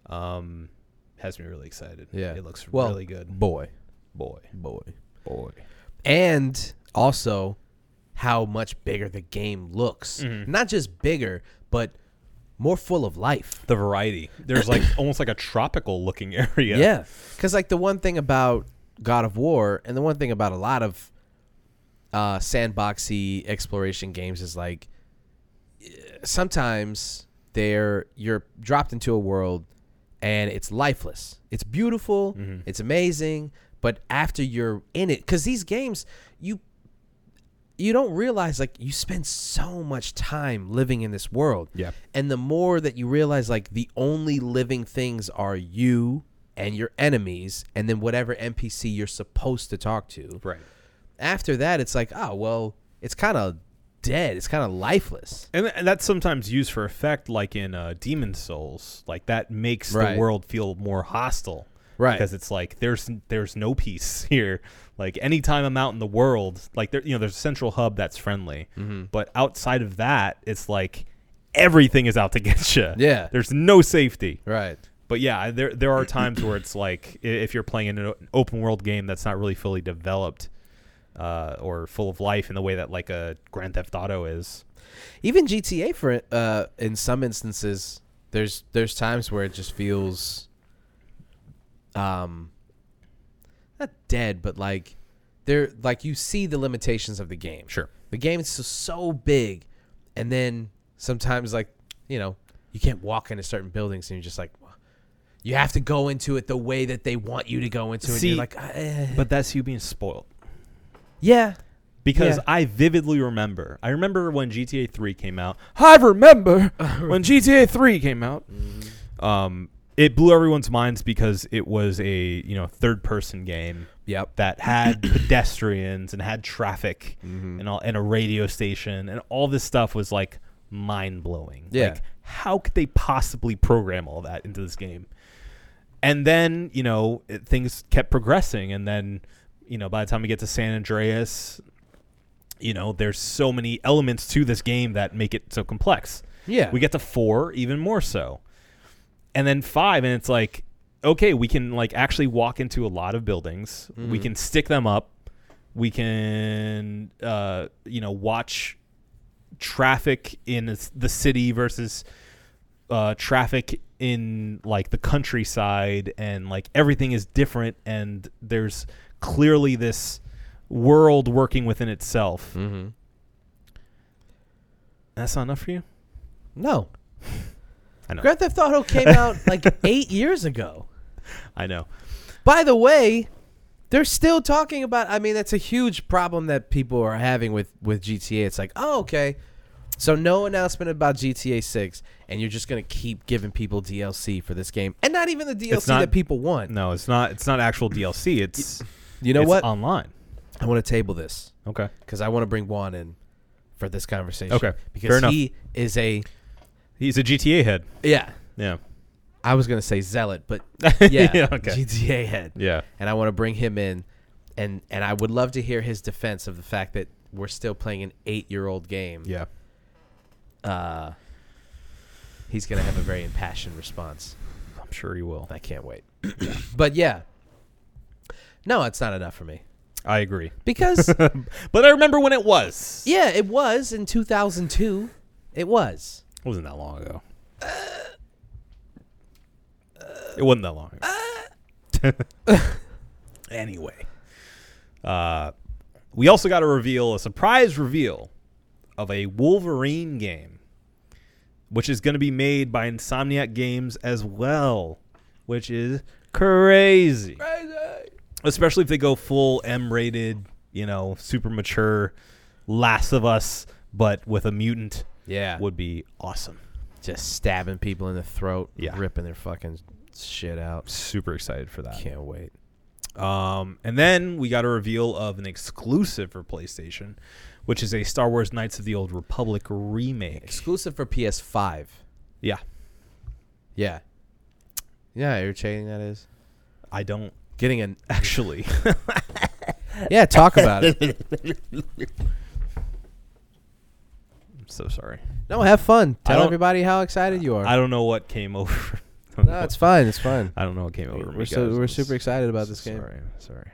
B: um, has me really excited.
A: Yeah.
B: it looks
A: Well,
B: really good.
A: boy,
B: Boy,
A: boy.
B: boy.
A: and also how much bigger the game looks. Not just bigger, but more full of life.
B: the variety. There's like almost like a tropical looking area.
A: Yeah. Because, like, the one thing about God of War and the one thing about a lot of uh, sandboxy exploration games is like eh, sometimes they're you're dropped into a world and it's lifeless. It's beautiful, it's amazing, but after you're in it cuz these games you you don't realize like you spend so much time living in this world.
B: Yeah.
A: And the more that you realize like the only living things are you and your enemies and then whatever NPC you're supposed to talk to.
B: Right.
A: After that it's like, oh well, it's kinda dead. It's kinda lifeless.
B: And, th- and that's sometimes used for effect, like in uh, Demon Souls. Like that makes
A: Right.
B: the world feel more hostile.
A: Right.
B: Because it's like there's there's no peace here. Like anytime I'm out in the world, like there you know there's a central hub that's friendly,
A: Mm-hmm.
B: but outside of that, it's like everything is out to get you.
A: Yeah.
B: There's no safety.
A: Right.
B: But yeah, I- there there are times where it's like i- if you're playing an o- an open world game that's not really fully developed uh, or full of life in the way that like a Grand Theft Auto is.
A: Even GTA for uh in some instances there's there's times where it just feels um not dead but like there like you see the limitations of the game.
B: Sure.
A: The game is so, so big and then sometimes like, you know, you can't walk into certain buildings and you're just like you have to go into it the way that they want you to go into it. and
B: See,
A: you're like, eh.
B: But that's you being spoiled
A: yeah,
B: because
A: Yeah.
B: I vividly remember. I remember when GTA 3 came out. I remember when GTA 3 came out. Um, it blew everyone's minds because it was a you know third person game.
A: Yep.
B: that had pedestrians and had traffic
A: Mm-hmm.
B: and all and a radio station and all this stuff was like mind blowing.
A: Yeah.
B: Like how could they possibly program all that into this game? And then, you know, it, things kept progressing and then, you know, by the time we get to San Andreas, you know, there's so many elements to this game that make it so complex.
A: Yeah.
B: We get to 4 even more so and then five and it's like okay we can like actually walk into a lot of buildings we can stick them up we can uh you know watch traffic in this- the city versus uh traffic in like the countryside and like everything is different and there's clearly this world working within itself.
A: Mm-hmm.
B: That's not enough for you.
A: No.
B: I know.
A: Grand Theft Auto came out like eight years ago.
B: I know.
A: By the way, they're still talking about. I mean, that's a huge problem that people are having with with GTA. It's like, oh, okay, so no announcement about GTA Six, and you're just gonna keep giving people DLC for this game, and not even the DLC
B: not-
A: that people want.
B: No, it's not. It's not actual DLC. It's
A: You know
B: it's
A: what?
B: Online.
A: I want to table this
B: Okay.
A: because I want to bring Juan in for this conversation.
B: Okay, fair
A: because
B: enough.
A: he is a
B: He's a GTA head.
A: yeah.
B: Yeah.
A: I was gonna say zealot, but yeah,
B: Yeah, okay.
A: GTA head.
B: Yeah.
A: and I want to bring him in, and and I would love to hear his defense of the fact that we're still playing an eight-year-old game.
B: Yeah.
A: Uh, he's gonna have a very impassioned response.
B: I'm sure he will.
A: I can't wait. but yeah, no, it's not enough for me
B: I agree.
A: because
B: But I remember when it was.
A: yeah, it was in 2002. It was.
B: It wasn't that long ago. it wasn't that long ago. anyway. Uh, we also got a reveal, a surprise reveal of a Wolverine game, which is going to be made by Insomniac Games as well, which is crazy. Especially if they go full M rated, you know, super mature Last of Us, but with a mutant
A: Yeah,
B: would be awesome.
A: just stabbing people in the throat,
B: Yeah.
A: ripping their fucking shit out.
B: Super excited for that.
A: Can't wait.
B: Um, and then we got a reveal of an exclusive for PlayStation, which is a Star Wars Knights of the Old Republic remake.
A: Exclusive for PS5.
B: Yeah,
A: Yeah. Yeah, irritating that is.
B: I don't
A: Getting an
B: actually.
A: yeah, talk about it.
B: I'm so sorry.
A: No, have fun. Tell
B: don't-
A: everybody how excited you are.
B: I don't know what came over.
A: no, it's fine. It's fine.
B: I don't know what came over.
A: We're so, we're super excited
B: excited
A: about this game.
B: Sorry, sorry.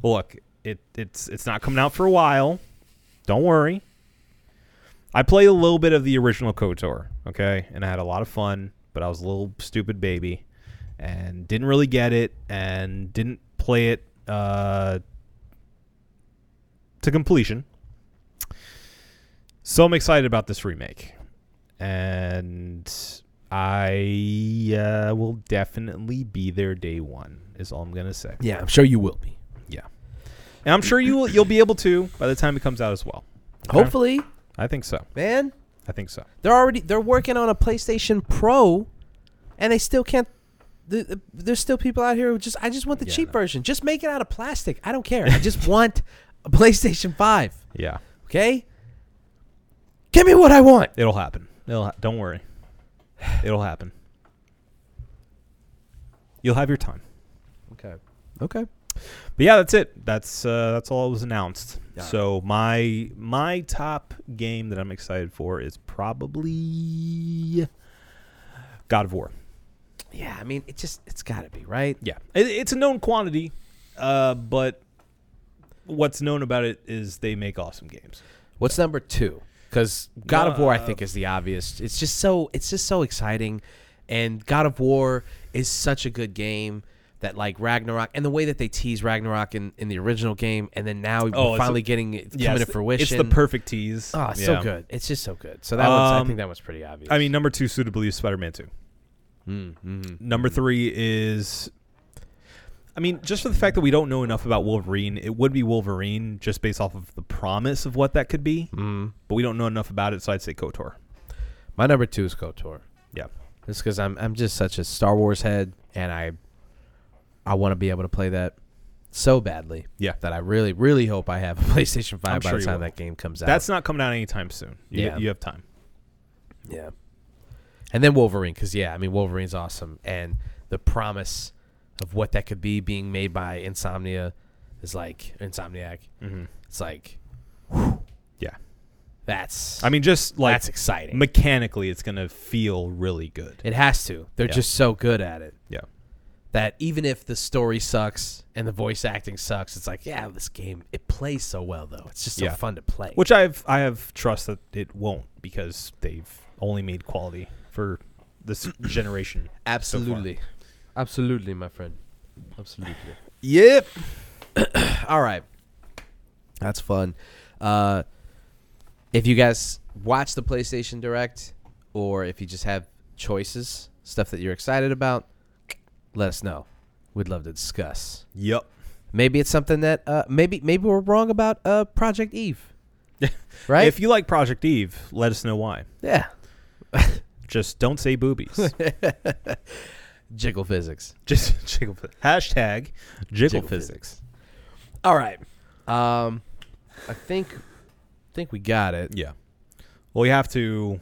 B: Well, look, it it's it's not coming out for a while. Don't worry. I played a little bit of the original KOTOR, okay, and I had a lot of fun, but I was a little stupid baby, and didn't really get it, and didn't play it uh, to completion. So I'm excited about this remake, and I uh, will definitely be there day one. Is all I'm gonna say.
A: Yeah, I'm sure you will be.
B: Yeah. And I'm sure you will, you'll be able to by the time it comes out as well. Okay?
A: Hopefully,
B: I think so.
A: man.
B: I think so.
A: They're already they're working on a PlayStation Pro, and they still can't. The, the- there's still people out here who just I just want the
B: Yeah,
A: cheap
B: no.
A: version. Just make it out of plastic. I don't care. I just want a PlayStation Five.
B: Yeah.
A: Okay. Give me what I want.
B: It'll happen. It'll ha- don't worry. It'll happen. You'll have your time.
A: Okay. Okay.
B: But yeah, that's it. That's uh, that's all that was announced.
A: Yeah.
B: So my my top game that I'm excited for is probably God of War.
A: Yeah, I mean, it just it's got to be right.
B: Yeah, it, it's a known quantity, uh, but what's known about it is they make awesome games.
A: What's number two? Because God of War, I think, is the obvious. It's just so it's just so exciting, and God of War is such a good game that like Ragnarok and the way that they tease Ragnarok in, in the original game, and then now
B: Oh,
A: we're
B: it's
A: finally
B: a-
A: getting it
B: Yeah,
A: coming
B: it's
A: to
B: the-
A: fruition.
B: It's the perfect tease.
A: Oh, it's
B: Yeah.
A: so good. It's just so good. So that one's I
B: Um,
A: think that was pretty obvious.
B: I mean, number two suitably is Spider Man Two.
A: Mm, mhm.
B: Number three is, I mean, just for the fact that we don't know enough about Wolverine, it would be Wolverine just based off of the promise of what that could be,
A: Mm.
B: but we don't know enough about it, so I'd say Kotor.
A: my number two is Kotor.
B: Yeah,
A: Just because I'm I'm just such a Star Wars head, and I I want to be able to play that so badly.
B: yeah.
A: that I really, really hope I have a PlayStation 5
B: I'm
A: by
B: sure
A: the
B: you
A: time
B: will.
A: that game comes out.
B: That's not coming out anytime soon. You,
A: Yeah.
B: you have time.
A: yeah. And then Wolverine, because yeah, I mean Wolverine's awesome, and the promise of what that could be being made by Insomnia is like Insomniac.
B: Mm-hmm.
A: It's like
B: Yeah,
A: that's
B: I mean, just like
A: that's exciting.
B: mechanically, it's gonna feel really good.
A: it has to. They're
B: Yeah.
A: just so good at it
B: Yeah,
A: that even if the story sucks and the voice acting sucks, it's like yeah, this game it plays so well though. It's just so
B: Yeah.
A: fun to play.
B: which I've I have trust that it won't because they've only made quality for this generation.
A: Absolutely. Absolutely, my friend. Absolutely.
B: Yep.
A: All right. That's fun. Uh, if you guys watch the PlayStation Direct, or if you just have choices, stuff that you're excited about, let us know. We'd love to discuss.
B: Yep.
A: Maybe it's something that uh, maybe maybe we're wrong about uh, Project Eve, right?
B: If you like Project Eve, let us know why.
A: yeah,
B: Just don't say boobies.
A: jiggle physics.
B: Just jiggle. phy- Hashtag jiggle,
A: Jiggle
B: physics.
A: All right. Um, I think think we got it.
B: Yeah. Well, we have to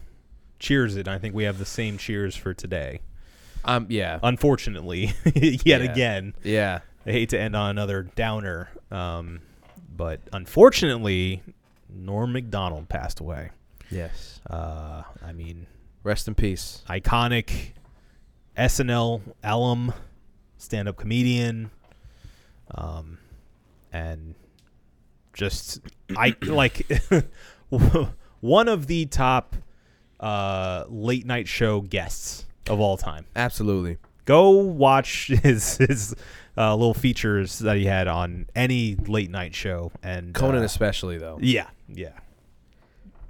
B: cheers it. and I think we have the same cheers for today.
A: Um, yeah,
B: Unfortunately, yet
A: Yeah.
B: again,
A: yeah.
B: I hate to end on another downer. Um, but unfortunately, Norm McDonald passed away.
A: Yes.
B: Uh, I mean,
A: Rest in peace.
B: iconic SNL alum, stand-up comedian, um, and just I like one of the top uh, late night show guests of all time.
A: Absolutely.
B: Go watch his his uh, little features that he had on any late night show and
A: Conan
B: uh,
A: especially though.
B: yeah, yeah,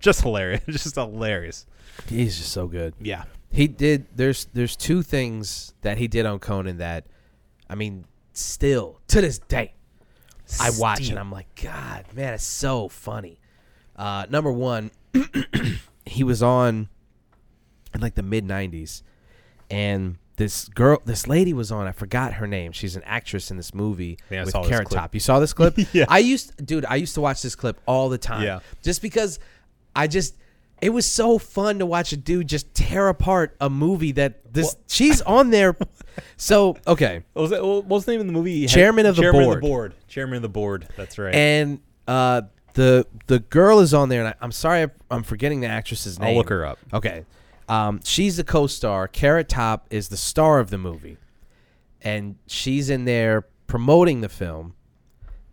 B: just hilarious, just hilarious.
A: He's just so good.
B: Yeah,
A: He did there's there's two things that he did on Conan that I mean still to this day I watch
B: Steam.
A: and I'm like god man it's so funny. Uh number 1 he was on in like the mid 90s and this girl this lady was on I forgot her name she's an actress in this movie
B: think I
A: with
B: saw this
A: Carrot
B: clip.
A: Top. You saw this clip?
B: Yeah.
A: I used dude, I used to watch this clip all the time
B: Yeah.
A: just because I just it was so fun to watch a dude just tear apart a movie that this
B: Well-
A: she's on there. So okay,
B: What was, that, what was the name of the movie? He had-
A: Chairman of the
B: Chairman
A: Board.
B: of the board. Chairman of the board. That's right.
A: and uh, the the girl is on there, and I, I'm sorry I, I'm forgetting the actress's name.
B: I'll look her up.
A: Okay, um, she's the co-star. Carrot Top is the star of the movie, and she's in there promoting the film.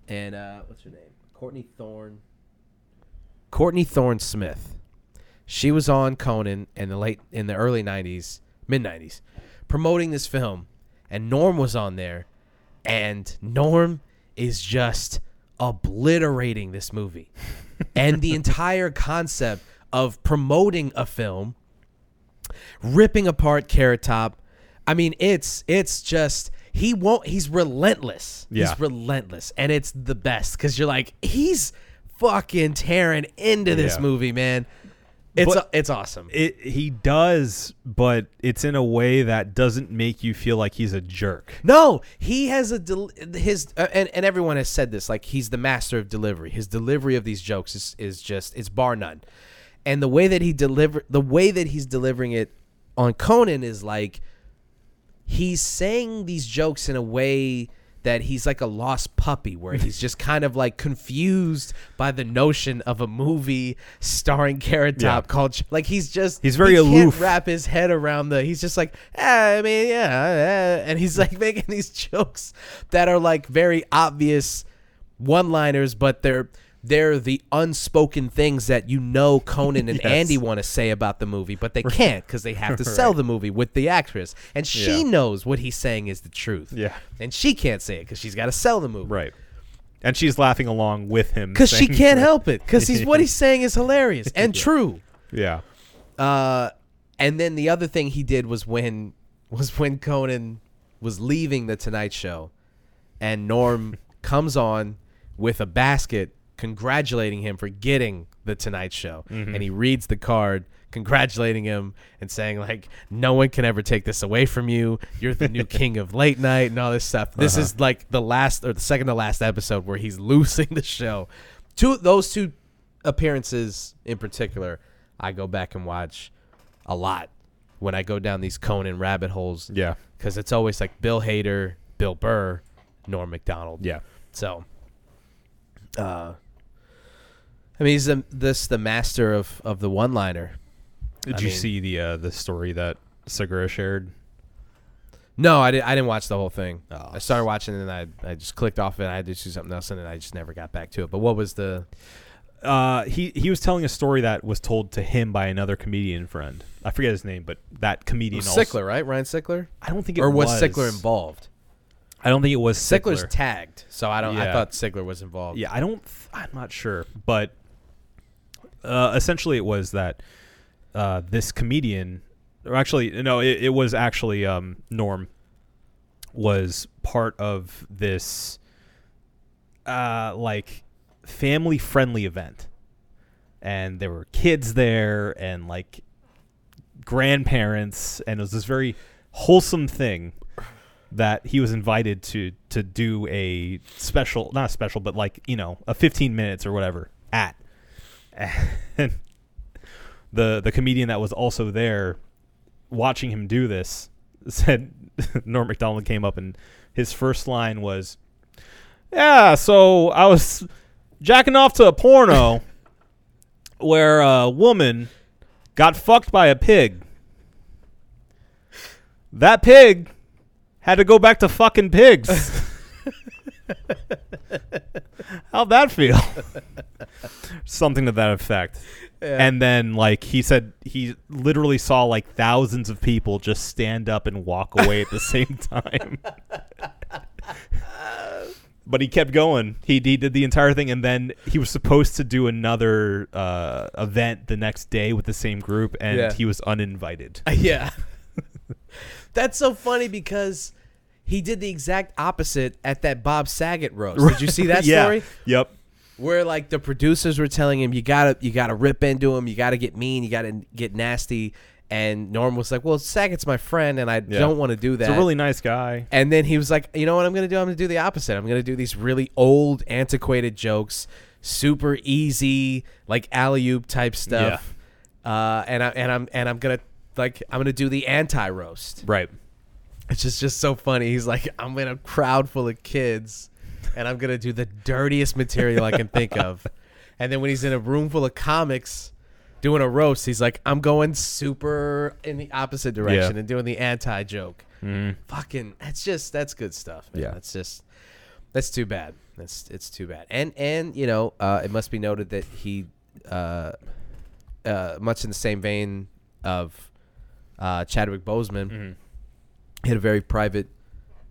A: And uh, what's her name? Courtney Thorne. Courtney Thorne Smith. She was on Conan in the late in the early '90s, mid '90s, promoting this film, and Norm was on there, and Norm is just obliterating this movie, and the entire concept of promoting a film, ripping apart Carrot Top. I mean, it's it's just he won't. He's relentless.
B: Yeah.
A: He's relentless, and it's the best because you're like he's fucking tearing into this
B: Yeah.
A: movie, man. It's
B: But-
A: it's awesome.
B: It, he does, but it's in a way that doesn't make you feel like he's a jerk.
A: No, he has a del- his uh, and and everyone has said this like he's the master of delivery. His delivery of these jokes is is just it's bar none. And the way that he deliver the way that he's delivering it on Conan is like he's saying these jokes in a way that he's like a lost puppy where he's just kind of like confused by the notion of a movie starring Carrot Top
B: Yeah.
A: called like he's just
B: He's very
A: he can't
B: aloof.
A: wrap his head around the he's just like eh, i mean yeah eh," and he's like making these jokes that are like very obvious one liners but they're they're the unspoken things that you know Conan and
B: Yes.
A: Andy want to say about the movie, but they can't because they have to sell the movie with the actress. And she
B: Yeah.
A: knows what he's saying is the truth.
B: Yeah.
A: And she can't say it because she's got to sell the movie.
B: Right. And she's laughing along with him.
A: Because she
B: saying-
A: can't help it because he's, what he's saying is hilarious and true.
B: Yeah.
A: Uh, and then the other thing he did was when was when Conan was leaving the Tonight Show, and Norm comes on with a basket congratulating him for getting the Tonight Show, and he reads the card congratulating him and saying like no one can ever take this away from you you're the new king of late night and all this stuff this is like the last or the second to last episode where he's losing the show two those two appearances in particular, I go back and watch a lot when I go down these Conan rabbit holes.
B: Yeah.
A: Because it's always like Bill Hader, Bill Burr, Norm MacDonald.
B: Yeah.
A: So, uh, I mean, he's the, this the master of, of the one liner.
B: Did
A: I
B: you
A: mean-
B: see the uh, the story that Segura shared?
A: No, I, did, I didn't watch the whole thing.
B: Oh.
A: I started watching it and I, I just clicked off it. I had to do something else and then I just never got back to it. But what was the.
B: Uh, he he was telling a story that was told to him by another comedian friend. I forget his name, but that comedian. also-
A: Sickler, right? Ryan Sickler?
B: I don't think it
A: Or was
B: was
A: Sickler involved?
B: I don't think it was
A: Sickler's
B: Sickler.
A: tagged, so I don't. I
B: Yeah.
A: thought Sickler was involved.
B: yeah, I don't. Th- I'm not sure, but uh, essentially, it was that uh, this comedian, or actually, no, it, it was actually um, Norm, was part of this uh, like family-friendly event, and there were kids there, and like grandparents, and it was this very wholesome thing that he was invited to to do a special not a special but like you know a 15 minutes or whatever at and the the comedian that was also there watching him do this said norm mcdonald came up and his first line was yeah so i was jacking off to a porno where a woman got fucked by a pig that pig had to go back to fucking pigs. How'd that feel? Something to that effect. And then, like, he said he literally saw, like, thousands of people just stand up and walk away at the same time. but he kept going. He, he did the entire thing. And then he was supposed to do another uh, event the next day with the same group, and
A: Yeah.
B: he was uninvited.
A: Yeah. That's so funny because he did the exact opposite at that Bob Saget roast. Did you see that
B: yeah.
A: story?
B: Yep.
A: Where like the producers were telling him you gotta you gotta rip into him, you gotta get mean, you gotta get nasty. And Norm was like, Well, Saget's my friend and I
B: Yeah.
A: don't want to do that.
B: He's a really nice guy.
A: And then he was like, you know what I'm going to do? I'm going to do the opposite. I'm going to do these really old, antiquated jokes, super easy, like alley oop type stuff. Uh, and I and I'm and I'm gonna like I'm gonna do the anti roast,
B: Right.
A: which is just so funny. He's like, I'm in a crowd full of kids, and I'm gonna do the dirtiest material I can think of. And then when he's in a room full of comics doing a roast, he's like, I'm going super in the opposite direction and doing the anti joke fucking that's just that's good stuff man.
B: Yeah.
A: that's just that's too bad that's it's too bad and and you know uh it must be noted that he uh uh much in the same vein of uh chadwick bozeman had a very private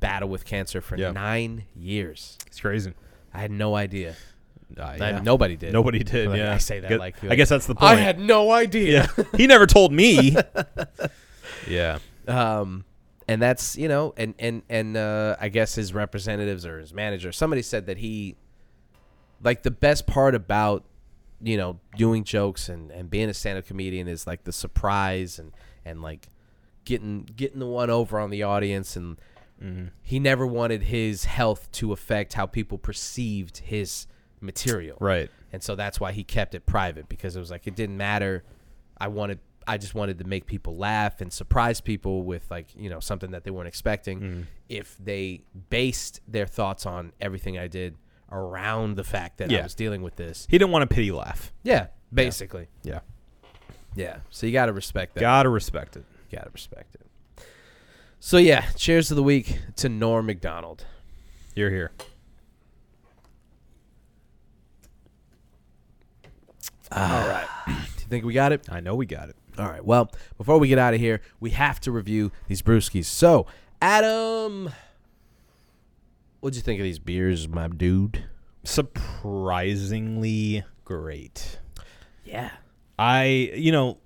A: battle with cancer for
B: Yeah.
A: nine years
B: It's crazy.
A: i had no idea
B: Uh,
A: I,
B: yeah.
A: nobody did
B: Nobody did.
A: Like,
B: yeah,
A: I say that
B: Gu-
A: like-
B: I guess that's the point.
A: i had no idea
B: yeah, he never told me. yeah,
A: um and that's you know and and and uh i guess his representatives or his manager somebody said that he like the best part about you know doing jokes and and being a stand-up comedian is like the surprise and and like getting getting the one over on the audience and he never wanted his health to affect how people perceived his material
B: right.
A: and so that's why he kept it private because it was like it didn't matter i wanted i just wanted to make people laugh and surprise people with like you know something that they weren't expecting if they based their thoughts on everything i did around the fact that i
B: Yeah.
A: was dealing with this
B: He didn't want a pity laugh.
A: yeah basically
B: Yeah,
A: yeah, so you gotta respect that
B: gotta respect it.
A: gotta respect it so yeah cheers of the week to norm mcdonald
B: You're here.
A: do you think we got it
B: I know we got it.
A: All right. Well, before we get out of here, we have to review these brewskis. So, Adam, what'd you think of these beers, my dude?
B: Surprisingly great.
A: Yeah.
B: I, you know,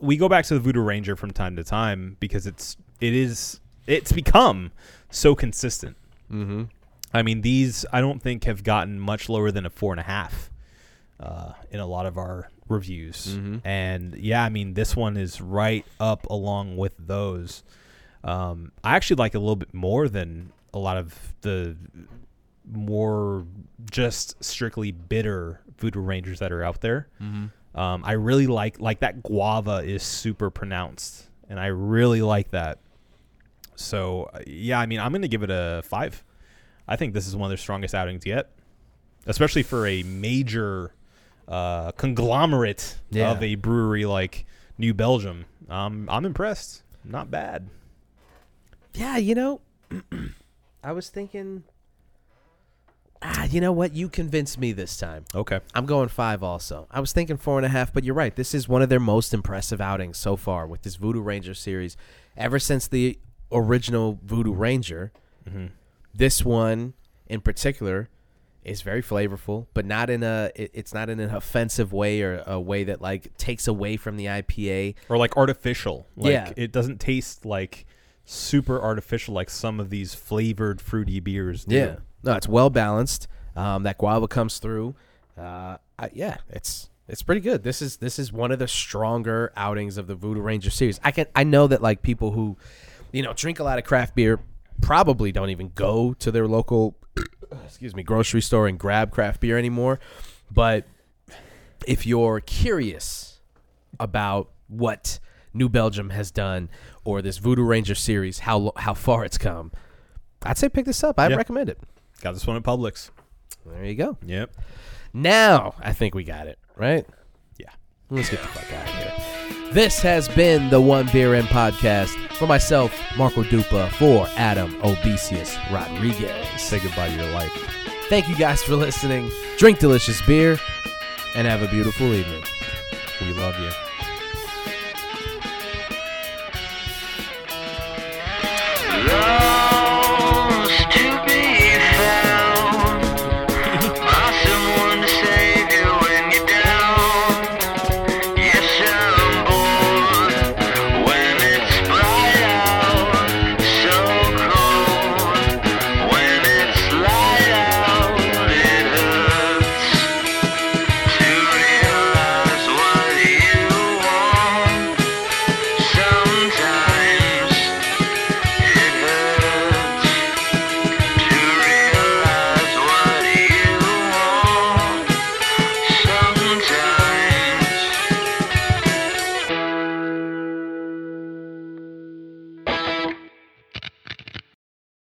B: we go back to the Voodoo Ranger from time to time because it's it is it's become so consistent.
A: Mm-hmm.
B: I mean, these I don't think have gotten much lower than a four and a half uh, in a lot of our reviews. And yeah, I mean, this one is right up along with those. Um, I actually like it a little bit more than a lot of the more just strictly bitter voodoo rangers that are out there. Um, I really like like that guava is super pronounced, and I really like that. So uh, yeah, I mean, I'm gonna give it a five. I think this is one of their strongest outings yet, especially for a major uh, conglomerate
A: Yeah.
B: of a brewery like New Belgium. Um, I'm impressed. Not bad.
A: Yeah, you know, I was thinking, ah, you know what? You convinced me this time.
B: Okay.
A: I'm going five also. I was thinking four and a half, but you're right. This is one of their most impressive outings so far with this Voodoo Ranger series. Ever since the original Voodoo Ranger, This one in particular is very flavorful, but not in a it- it's not in an offensive way or a way that like takes away from the IPA.
B: or like artificial. Like
A: Yeah.
B: it doesn't taste like super artificial like some of these flavored fruity beers do.
A: Yeah, no, it's well balanced. Um, that guava comes through. Uh, I, yeah, it's it's pretty good. This is this is one of the stronger outings of the Voodoo Ranger series. I can I know that like people who, you know, drink a lot of craft beer probably don't even go to their local, excuse me, grocery store and grab craft beer anymore. But if you're curious about what New Belgium has done or this Voodoo Ranger series, how lo- how far it's come, I'd say pick this up. I'd
B: Yeah.
A: recommend it.
B: Got this one at Publix.
A: There you go.
B: Yep.
A: Now I think we got it, right?
B: Yeah.
A: Let's get the fuck out of here. This has been the One Beer In podcast for myself, Marco Dupa, for Adam Obesius Rodriguez.
B: Say goodbye to your life.
A: Thank you guys for listening. Drink delicious beer and have a beautiful evening.
B: We love you.
C: Love